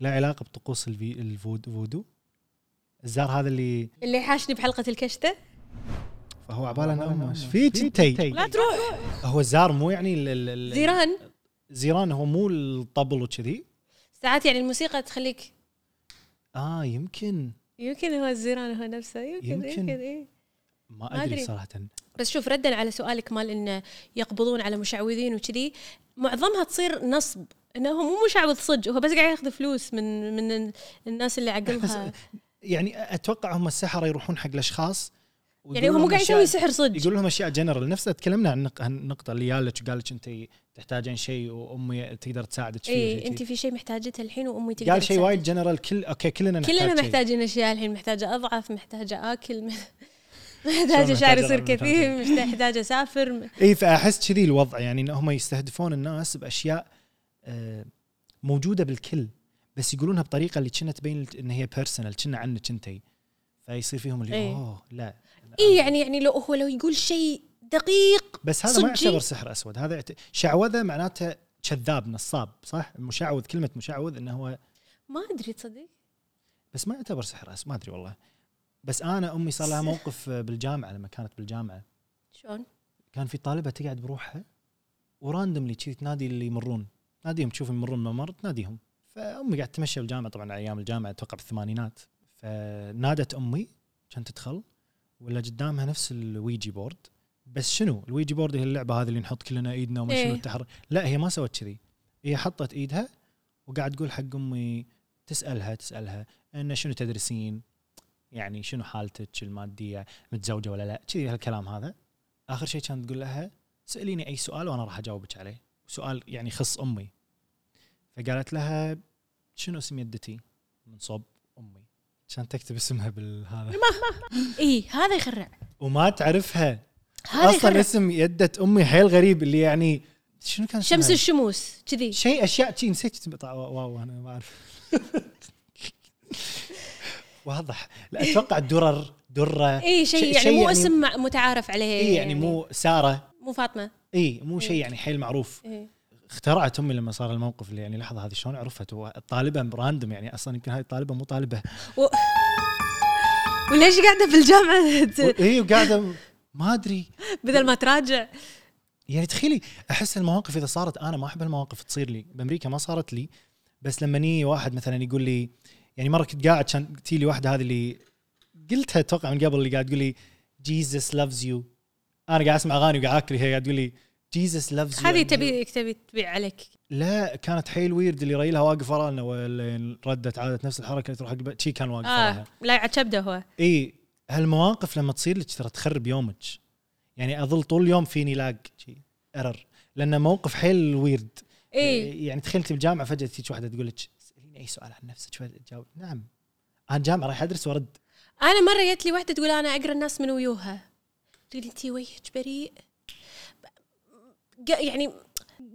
Speaker 2: لا علاقه بطقوس الفي- الفودو الزار هذا اللي
Speaker 1: اللي يحاشني بحلقه الكشته
Speaker 2: هو عباله انه امه ايش فيك انتي
Speaker 1: لا تروح
Speaker 2: هو الزار مو يعني ال- ال- ال-
Speaker 1: زيران
Speaker 2: زيران هو مو الطبل وكذي
Speaker 1: ساعات يعني الموسيقى تخليك
Speaker 2: اه يمكن
Speaker 1: يمكن هو الزيران هو نفسه يمكن يمكن,
Speaker 2: يمكن.
Speaker 1: يمكن إيه. ما
Speaker 2: ما ادري
Speaker 1: أدري.
Speaker 2: صراحه
Speaker 1: بس شوف ردا على سؤالك مال انه يقبضون على مشعوذين وكذي معظمها تصير نصب انه هو مو مشعوذ صج هو بس قاعد ياخذ فلوس من من الناس اللي عقلها
Speaker 2: يعني اتوقع هم السحره يروحون حق الاشخاص
Speaker 1: يعني هو مو قاعد يسوي سحر صج
Speaker 2: يقول لهم اشياء جنرال نفسه تكلمنا عن النق- عن النقطه اللي قالت قال لك انت تحتاجين شيء وامي تقدر تساعدك فيه وشي
Speaker 1: اي
Speaker 2: كذي.
Speaker 1: انت إيه، في شيء محتاجته الحين وامي تقدر
Speaker 2: قال شيء
Speaker 1: تساعدك.
Speaker 2: وايد جنرال كل اوكي كلنا نحتاج
Speaker 1: كلنا
Speaker 2: شيء.
Speaker 1: محتاجين اشياء الحين محتاجه اضعف محتاجه اكل محتاجه
Speaker 2: محتاجة
Speaker 1: شعر يصير
Speaker 2: أضعف؟
Speaker 1: كثير محتاجه اسافر
Speaker 2: اي فاحس إيه، كذي الوضع يعني ان هم يستهدفون الناس باشياء آه، موجوده بالكل بس يقولونها بطريقه اللي كنا تبين ان هي بيرسونال كنا عنك انت ف- فيصير فيهم اللي
Speaker 1: إيه.
Speaker 2: اوه لا
Speaker 1: اي يعني يعني لو هو لو يقول شيء دقيق
Speaker 2: بس هذا ما
Speaker 1: صجي.
Speaker 2: يعتبر سحر اسود هذا يعت... شعوذه معناته كذاب نصاب صح مشعوذ كلمه مشعوذ انه هو
Speaker 1: ما ادري تصدق
Speaker 2: بس ما يعتبر سحر اسود ما ادري والله بس انا امي صار لها
Speaker 1: سحر.
Speaker 2: موقف آه، بالجامعه لما كانت بالجامعه
Speaker 1: شلون؟
Speaker 2: كان في طالبه تقعد بروحها وراندملي كذي تنادي اللي يمرون ناديهم تشوف يمرون ممر تناديهم فامي قاعد تمشى بالجامعه طبعا ايام الجامعه اتوقع بالثمانينات فنادت امي كانت تدخل ولا قدامها نفس الويجي بورد بس شنو الويجي بورد هي اللعبه هذه اللي نحط كلنا ايدنا وما شنو
Speaker 1: إيه.
Speaker 2: التحر لا هي ما سوت كذي هي حطت ايدها وقاعد تقول حق امي تسالها تسالها انه شنو تدرسين يعني شنو حالتك الماديه متزوجه ولا لا كذي هالكلام هذا اخر شيء كانت تقول لها ساليني اي سؤال وانا راح اجاوبك عليه سؤال يعني يخص امي فقالت لها شنو اسم يدتي من صوب امي كانت تكتب اسمها بالهذا
Speaker 1: اي إيه، هذا يخرع
Speaker 2: وما تعرفها
Speaker 1: هذا
Speaker 2: اصلا
Speaker 1: يخرع
Speaker 2: اسم يدة امي حيل غريب اللي يعني شنو كان اسمها؟
Speaker 1: شمس الشموس كذي
Speaker 2: شيء اشياء شي نسيت اسم- طا- واو انا ما اعرف واضح لا اتوقع درر دره
Speaker 1: اي شيء يعني مو اسم مع- متعارف عليه
Speaker 2: اي يعني مو ساره
Speaker 1: مو فاطمه
Speaker 2: اي مو شيء يعني حيل معروف
Speaker 1: إيه.
Speaker 2: اخترعت امي لما صار الموقف اللي يعني لحظه هذه شلون عرفت هو الطالبه راندم يعني اصلا يمكن هاي الطالبه مو طالبه
Speaker 1: و... وليش قاعده في الجامعه ت-
Speaker 2: اي وقاعده ما ادري
Speaker 1: بدل ما تراجع
Speaker 2: يعني تخيلي احس المواقف اذا صارت انا ما احب المواقف تصير لي بامريكا ما صارت لي بس لما ني واحد مثلا يقول لي يعني مره كنت قاعد كان تي لي واحده هذه اللي قلتها اتوقع من قبل اللي قاعد تقول لي جيزس لافز يو انا قاعد اسمع اغاني وقاعد اكل هي قاعد تقول لي جيزس لافز يو
Speaker 1: هذه تبي تبي تبيع عليك
Speaker 2: لا كانت حيل ويرد اللي رايلها واقف ورانا ولين ردت عادت نفس الحركه اللي تروح حق الب- شي كان واقف وراها
Speaker 1: اه لا يعد كبده هو
Speaker 2: اي هالمواقف لما تصير لك ترى تخرب يومك يعني اظل طول اليوم فيني لاج شي ارر لانه موقف حيل ويرد
Speaker 1: اي
Speaker 2: يعني تخيل انت بالجامعه فجاه تجيك واحده تقول لك اساليني اي سؤال عن نفسك شوي تجاوب نعم انا جامعه رايح ادرس وارد
Speaker 1: انا مره جت لي واحده تقول انا اقرا الناس من ويوها تقول انت وجهك بريء ق- يعني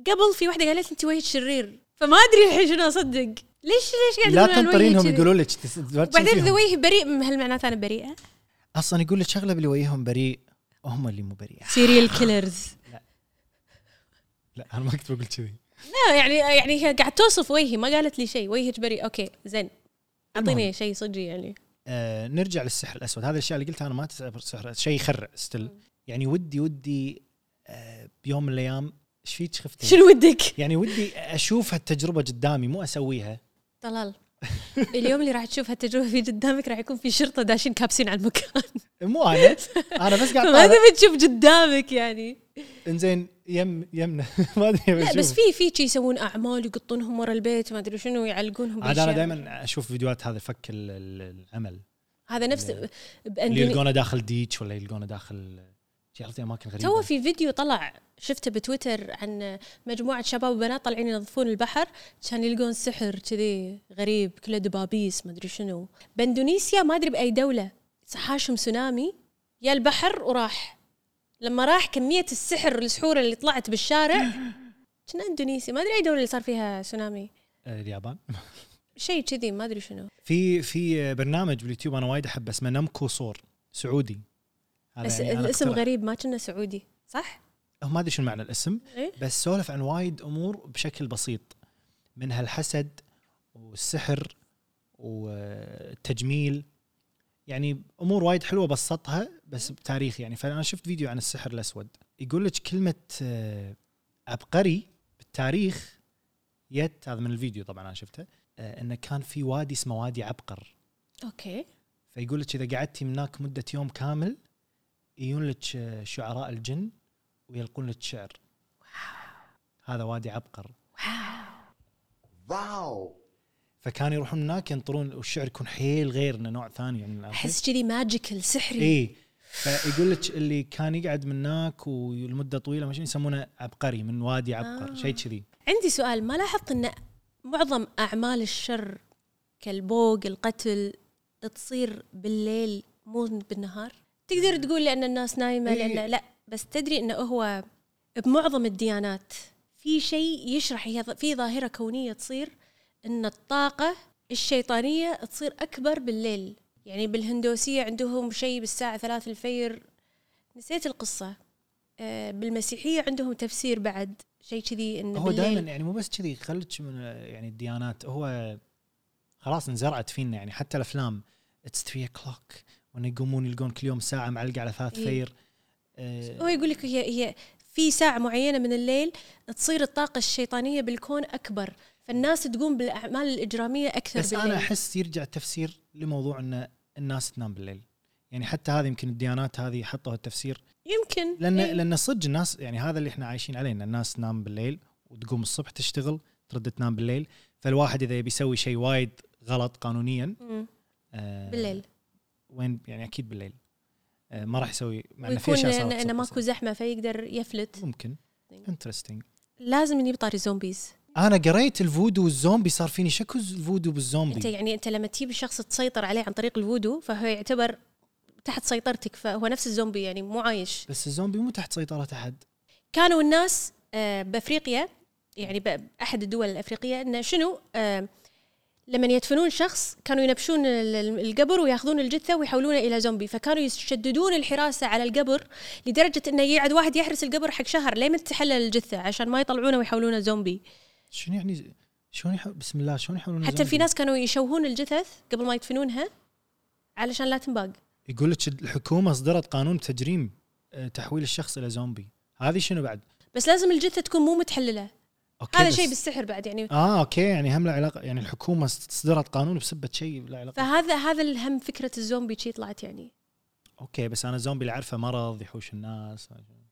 Speaker 1: قبل في واحده قالت انت وجهك شرير فما ادري الحين شنو اصدق ليش ليش قاعد
Speaker 2: لا تنطرينهم
Speaker 1: يقولون
Speaker 2: يقولوا لك تس-
Speaker 1: بعدين
Speaker 2: فيهم.
Speaker 1: ذا وجه بريء م- هل معناته انا بريئه؟
Speaker 2: اصلا يقول لك شغله اللي وياهم بريء هم اللي مو بريء
Speaker 1: سيريال كيلرز
Speaker 2: لا انا ما كنت بقول كذي
Speaker 1: لا يعني يعني هي قاعد توصف وجهي ما قالت لي شيء وجهك بريء اوكي زين اعطيني شيء صجي يعني
Speaker 2: آه، نرجع للسحر الاسود هذا الاشياء اللي قلتها انا ما تعتبر سحر شيء يخرع ستيل يعني ودي ودي آه، بيوم من الايام ايش فيك خفتي؟
Speaker 1: شنو ودك؟
Speaker 2: يعني ودي اشوف هالتجربه قدامي مو اسويها
Speaker 1: طلال اليوم اللي راح تشوف هالتجربه في قدامك راح يكون في شرطه داشين كابسين على المكان
Speaker 2: مو انا انا بس قاعد
Speaker 1: ما
Speaker 2: طالع
Speaker 1: تبي تشوف قدامك يعني
Speaker 2: انزين يم يمنا ما ادري
Speaker 1: لا
Speaker 2: بشوف.
Speaker 1: بس في في شي يسوون اعمال يقطونهم ورا البيت ما ادري شنو يعلقونهم
Speaker 2: عاد انا
Speaker 1: بالأشياء.
Speaker 2: دائما اشوف فيديوهات هذا فك ال- ال- العمل
Speaker 1: هذا نفس
Speaker 2: اللي
Speaker 1: باندوني
Speaker 2: يلقونه داخل ديتش ولا يلقونه داخل شي اماكن غريبه
Speaker 1: تو في فيديو طلع شفته بتويتر عن مجموعة شباب وبنات طالعين ينظفون البحر كان يلقون سحر كذي غريب كله دبابيس ما ادري شنو باندونيسيا ما ادري باي دولة حاشم سونامي يا البحر وراح لما راح كمية السحر السحورة اللي طلعت بالشارع كنا اندونيسيا ما ادري اي دولة اللي صار فيها سونامي
Speaker 2: آه، اليابان
Speaker 1: شيء كذي ما ادري شنو
Speaker 2: في في برنامج باليوتيوب انا وايد احبه اسمه نمكو صور سعودي هذا
Speaker 1: بس
Speaker 2: يعني أنا
Speaker 1: الاسم
Speaker 2: أقترح-
Speaker 1: غريب ما كنا سعودي صح؟
Speaker 2: هو ما ادري شنو معنى الاسم
Speaker 1: إيه؟
Speaker 2: بس سولف عن وايد امور بشكل بسيط منها الحسد والسحر والتجميل يعني امور وايد حلوه بسطها بس بتاريخ يعني فانا شفت فيديو عن السحر الاسود يقول لك كلمه آه، عبقري بالتاريخ يت هذا من الفيديو طبعا انا شفته آه، انه كان في وادي اسمه وادي عبقر
Speaker 1: اوكي
Speaker 2: فيقول لك اذا قعدتي هناك مده يوم كامل يجون لك آه، شعراء الجن ويلقون لك شعر هذا وادي عبقر
Speaker 4: واو
Speaker 2: فكان يروحون هناك ينطرون والشعر يكون حيل غير إنه نوع ثاني يعني من الألحان.
Speaker 1: احس كذي ماجيكال سحري
Speaker 2: اي فيقول لك اللي كان يقعد من هناك ولمده طويله ما شنو يسمونه عبقري من وادي عبقر
Speaker 1: آه.
Speaker 2: شيء كذي
Speaker 1: عندي سؤال ما لاحظت ان معظم اعمال الشر كالبوق القتل تصير بالليل مو بالنهار تقدر تقول لان الناس نايمه
Speaker 2: إيه.
Speaker 1: لان لا بس تدري انه هو بمعظم الديانات في شيء يشرح هي في ظاهره كونيه تصير ان الطاقه الشيطانيه تصير اكبر بالليل يعني بالهندوسية عندهم شيء بالساعة ثلاث الفير نسيت القصة آه، بالمسيحية عندهم تفسير بعد شيء كذي انه
Speaker 2: هو
Speaker 1: بالليل-
Speaker 2: دائما يعني مو بس كذي خلج من يعني الديانات هو خلاص انزرعت فينا يعني حتى الافلام اتس 3 كلوك وانه يقومون يلقون كل يوم ساعه معلقه على ثلاث
Speaker 1: إيه.
Speaker 2: فير آه،
Speaker 1: هو يقول لك هي هي في ساعة معينة من الليل تصير الطاقة الشيطانية بالكون أكبر فالناس تقوم بالأعمال الإجرامية أكثر
Speaker 2: بس
Speaker 1: بالليل
Speaker 2: انا احس يرجع التفسير لموضوع ان الناس تنام بالليل يعني حتى هذه يمكن الديانات هذه حطوا التفسير
Speaker 1: يمكن
Speaker 2: لان
Speaker 1: إيه.
Speaker 2: لان صدق الناس يعني هذا اللي احنا عايشين عليه ان الناس تنام بالليل وتقوم الصبح تشتغل ترد تنام بالليل فالواحد اذا يبي يسوي شيء وايد غلط قانونيا
Speaker 1: مم.
Speaker 2: آه،
Speaker 1: بالليل
Speaker 2: وين يعني اكيد بالليل آه، ما راح يسوي مع انه في
Speaker 1: ويكون
Speaker 2: اشياء
Speaker 1: إنه-
Speaker 2: صارت
Speaker 1: انه
Speaker 2: صدق
Speaker 1: ماكو
Speaker 2: صدق.
Speaker 1: زحمه فيقدر يفلت
Speaker 2: ممكن انترستنج
Speaker 1: لازم نجيب طاري زومبيز
Speaker 2: انا قريت الفودو والزومبي صار فيني شكو الفودو
Speaker 1: انت
Speaker 2: بالزومبي
Speaker 1: يعني انت لما تجيب شخص تسيطر عليه عن طريق الفودو فهو يعتبر تحت سيطرتك فهو نفس الزومبي يعني مو عايش
Speaker 2: بس الزومبي مو تحت سيطره احد
Speaker 1: كانوا الناس آه، بافريقيا يعني باحد الدول الافريقيه انه شنو آه، لما يدفنون شخص كانوا ينبشون ال- ال- القبر وياخذون الجثه ويحولونه الى زومبي فكانوا يشددون الحراسه على القبر لدرجه انه يقعد واحد يحرس القبر حق شهر لين تتحلل الجثه عشان ما يطلعونه ويحولونه زومبي
Speaker 2: شنو يعني شلون يح... بسم الله شلون يحولون
Speaker 1: حتى
Speaker 2: الزومبي؟
Speaker 1: في ناس كانوا يشوهون الجثث قبل ما يدفنونها علشان لا تنباق
Speaker 2: يقول لك الحكومه اصدرت قانون تجريم آه، تحويل الشخص الى زومبي هذه شنو بعد
Speaker 1: بس لازم الجثه تكون مو متحلله
Speaker 2: اوكي
Speaker 1: هذا
Speaker 2: بس-
Speaker 1: شيء بالسحر بعد يعني
Speaker 2: اه اوكي يعني هم له علاقه يعني الحكومه اصدرت قانون بسبه شيء له علاقه
Speaker 1: فهذا هذا الهم فكره الزومبي شي طلعت يعني
Speaker 2: اوكي بس انا الزومبي اللي اعرفه مرض يحوش الناس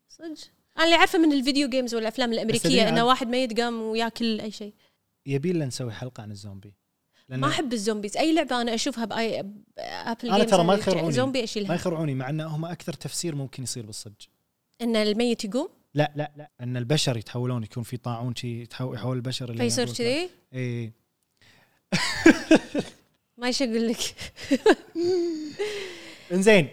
Speaker 1: صدق انا اللي عارفه من الفيديو جيمز والافلام
Speaker 2: تدري
Speaker 1: الامريكيه
Speaker 2: عاد-
Speaker 1: انه واحد ميت قام وياكل اي شيء
Speaker 2: يبي لنا نسوي حلقه عن الزومبي لأن
Speaker 1: ما احب الزومبيز اي لعبه انا اشوفها باي ابل
Speaker 2: أنا ترى ما يخرعوني.
Speaker 1: زومبي
Speaker 2: ما
Speaker 1: اشيلها
Speaker 2: يخرعوني مع ان هم اكثر تفسير ممكن يصير بالصدق
Speaker 1: ان الميت يقوم
Speaker 2: لا لا لا ان البشر يتحولون يكون في طاعون شي يتحول يحول البشر اللي
Speaker 1: فيصير كذي
Speaker 2: اي
Speaker 1: ما ايش اقول لك
Speaker 2: انزين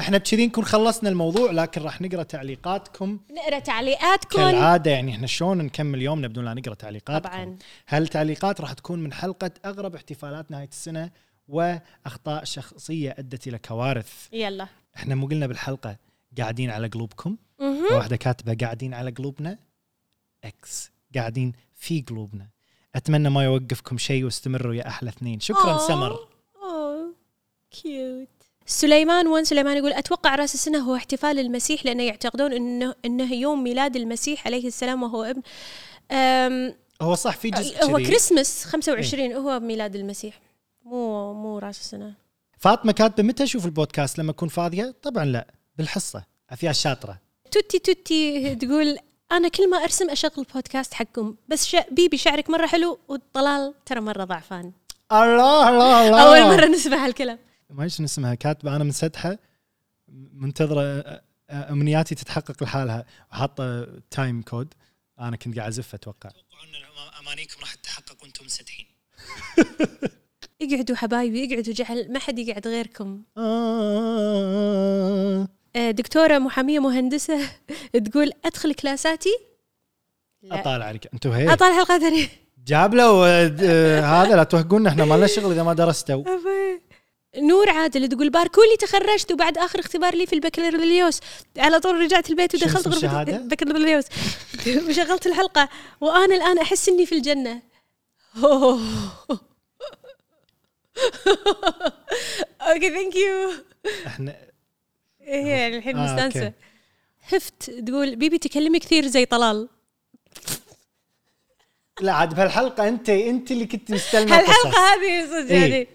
Speaker 2: احنا بكذي نكون خلصنا الموضوع لكن راح نقرا تعليقاتكم
Speaker 1: نقرا تعليقاتكم
Speaker 2: كالعاده يعني احنا شلون نكمل يومنا بدون لا نقرا تعليقاتكم
Speaker 1: طبعاً.
Speaker 2: هالتعليقات راح تكون من حلقه اغرب احتفالات نهايه السنه واخطاء شخصيه ادت الى كوارث
Speaker 1: يلا
Speaker 2: احنا مو قلنا بالحلقه قاعدين على قلوبكم
Speaker 1: مهم.
Speaker 2: واحده كاتبه قاعدين على قلوبنا اكس قاعدين في قلوبنا اتمنى ما يوقفكم شيء واستمروا يا احلى اثنين شكرا
Speaker 1: أوه.
Speaker 2: سمر
Speaker 1: أوه. كيوت سليمان وان سليمان يقول اتوقع راس السنه هو احتفال المسيح لانه يعتقدون انه انه يوم ميلاد المسيح عليه السلام وهو ابن أم
Speaker 2: هو صح في جزء
Speaker 1: إيه، آه، هو
Speaker 2: كذي.
Speaker 1: كريسمس 25 هو ميلاد المسيح مو مو راس السنه
Speaker 2: فاطمه كاتبه متى اشوف البودكاست لما اكون فاضيه طبعا لا بالحصه افيا الشاطره
Speaker 1: توتي توتي تقول انا كل ما ارسم اشغل بودكاست حقكم بس شا بيبي شعرك مره حلو والطلال ترى مره ضعفان
Speaker 2: الله الله الله
Speaker 1: اول مره نسمع هالكلام
Speaker 2: ما ايش اسمها كاتبه انا منسدحه منتظره أ- أ- امنياتي تتحقق لحالها وحاطه تايم كود انا كنت قاعد ازف اتوقع اتوقع ان امانيكم راح تتحقق وانتم منسدحين
Speaker 1: اقعدوا حبايبي اقعدوا جعل ما حد يقعد غيركم
Speaker 2: آه.
Speaker 1: آه، دكتورة محامية مهندسة تقول أدخل كلاساتي لا.
Speaker 2: اطالع عليك انتم هي
Speaker 1: أطالع حلقة ثانية
Speaker 2: جاب له آه، هذا لا توهقونا احنا ما لنا شغل اذا ما درستوا
Speaker 1: أفا. نور عادل تقول باركولي تخرجت وبعد آخر اختبار لي في البكالوريوس على طول رجعت البيت
Speaker 2: شنو
Speaker 1: ودخلت
Speaker 2: اسم
Speaker 1: غرفة
Speaker 2: الشهادة؟
Speaker 1: البكالوريوس وشغلت الحلقة وأنا الآن أحس إني في الجنة أوه. اوكي ثانك يو
Speaker 2: احنا
Speaker 1: إيه، هي الحين
Speaker 2: آه، أوكي.
Speaker 1: مستانسه هفت تقول بيبي تكلمي كثير زي طلال
Speaker 2: لا عاد بهالحلقه انت انت اللي كنت مستلمه
Speaker 1: هالحلقه
Speaker 2: القصص.
Speaker 1: هذه صدق
Speaker 2: إيه.
Speaker 1: يعني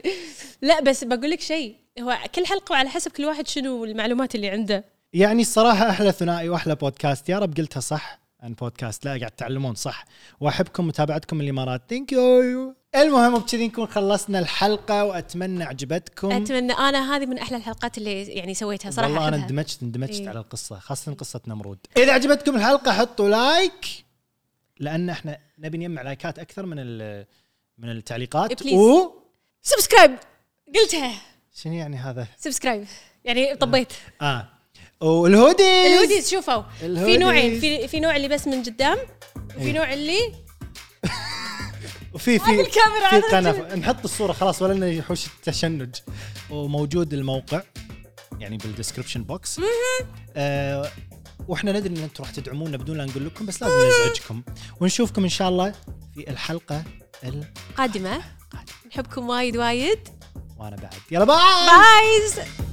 Speaker 1: لا بس بقول لك شيء هو كل حلقه وعلى حسب كل واحد شنو المعلومات اللي عنده
Speaker 2: يعني الصراحة أحلى ثنائي وأحلى بودكاست يا رب قلتها صح عن بودكاست لا قاعد تعلمون صح وأحبكم متابعتكم من الإمارات ثانك يو المهم بكذي نكون خلصنا الحلقة وأتمنى عجبتكم
Speaker 1: اتمنى انا هذه من احلى الحلقات اللي يعني سويتها صراحه
Speaker 2: والله أنا
Speaker 1: أحبها.
Speaker 2: اندمجت اندمجت
Speaker 1: إيه.
Speaker 2: على القصة خاصة قصة نمرود إذا عجبتكم الحلقة حطوا لايك لأن احنا نبي نجمع لايكات أكثر من ال- من التعليقات
Speaker 1: إيه، Please.
Speaker 2: و
Speaker 1: سبسكرايب قلتها
Speaker 2: شنو يعني هذا؟
Speaker 1: سبسكرايب يعني طبيت
Speaker 2: اه والهوديز
Speaker 1: الهوديز شوفوا في
Speaker 2: الهوديز. إيه.
Speaker 1: نوعين في في نوع اللي بس من قدام وفي نوع اللي
Speaker 2: وفي في
Speaker 1: الكاميرا،
Speaker 2: في
Speaker 1: هذا
Speaker 2: قناه نحط الصوره خلاص ولا لنا يحوش التشنج وموجود الموقع يعني بالدسكربشن بوكس آه واحنا ندري ان انتم راح تدعمونا بدون لا نقول لكم بس لازم نزعجكم ونشوفكم ان شاء الله في الحلقه ال...
Speaker 1: قادمه نحبكم وايد وايد
Speaker 2: وانا بعد يلا باي
Speaker 1: بايز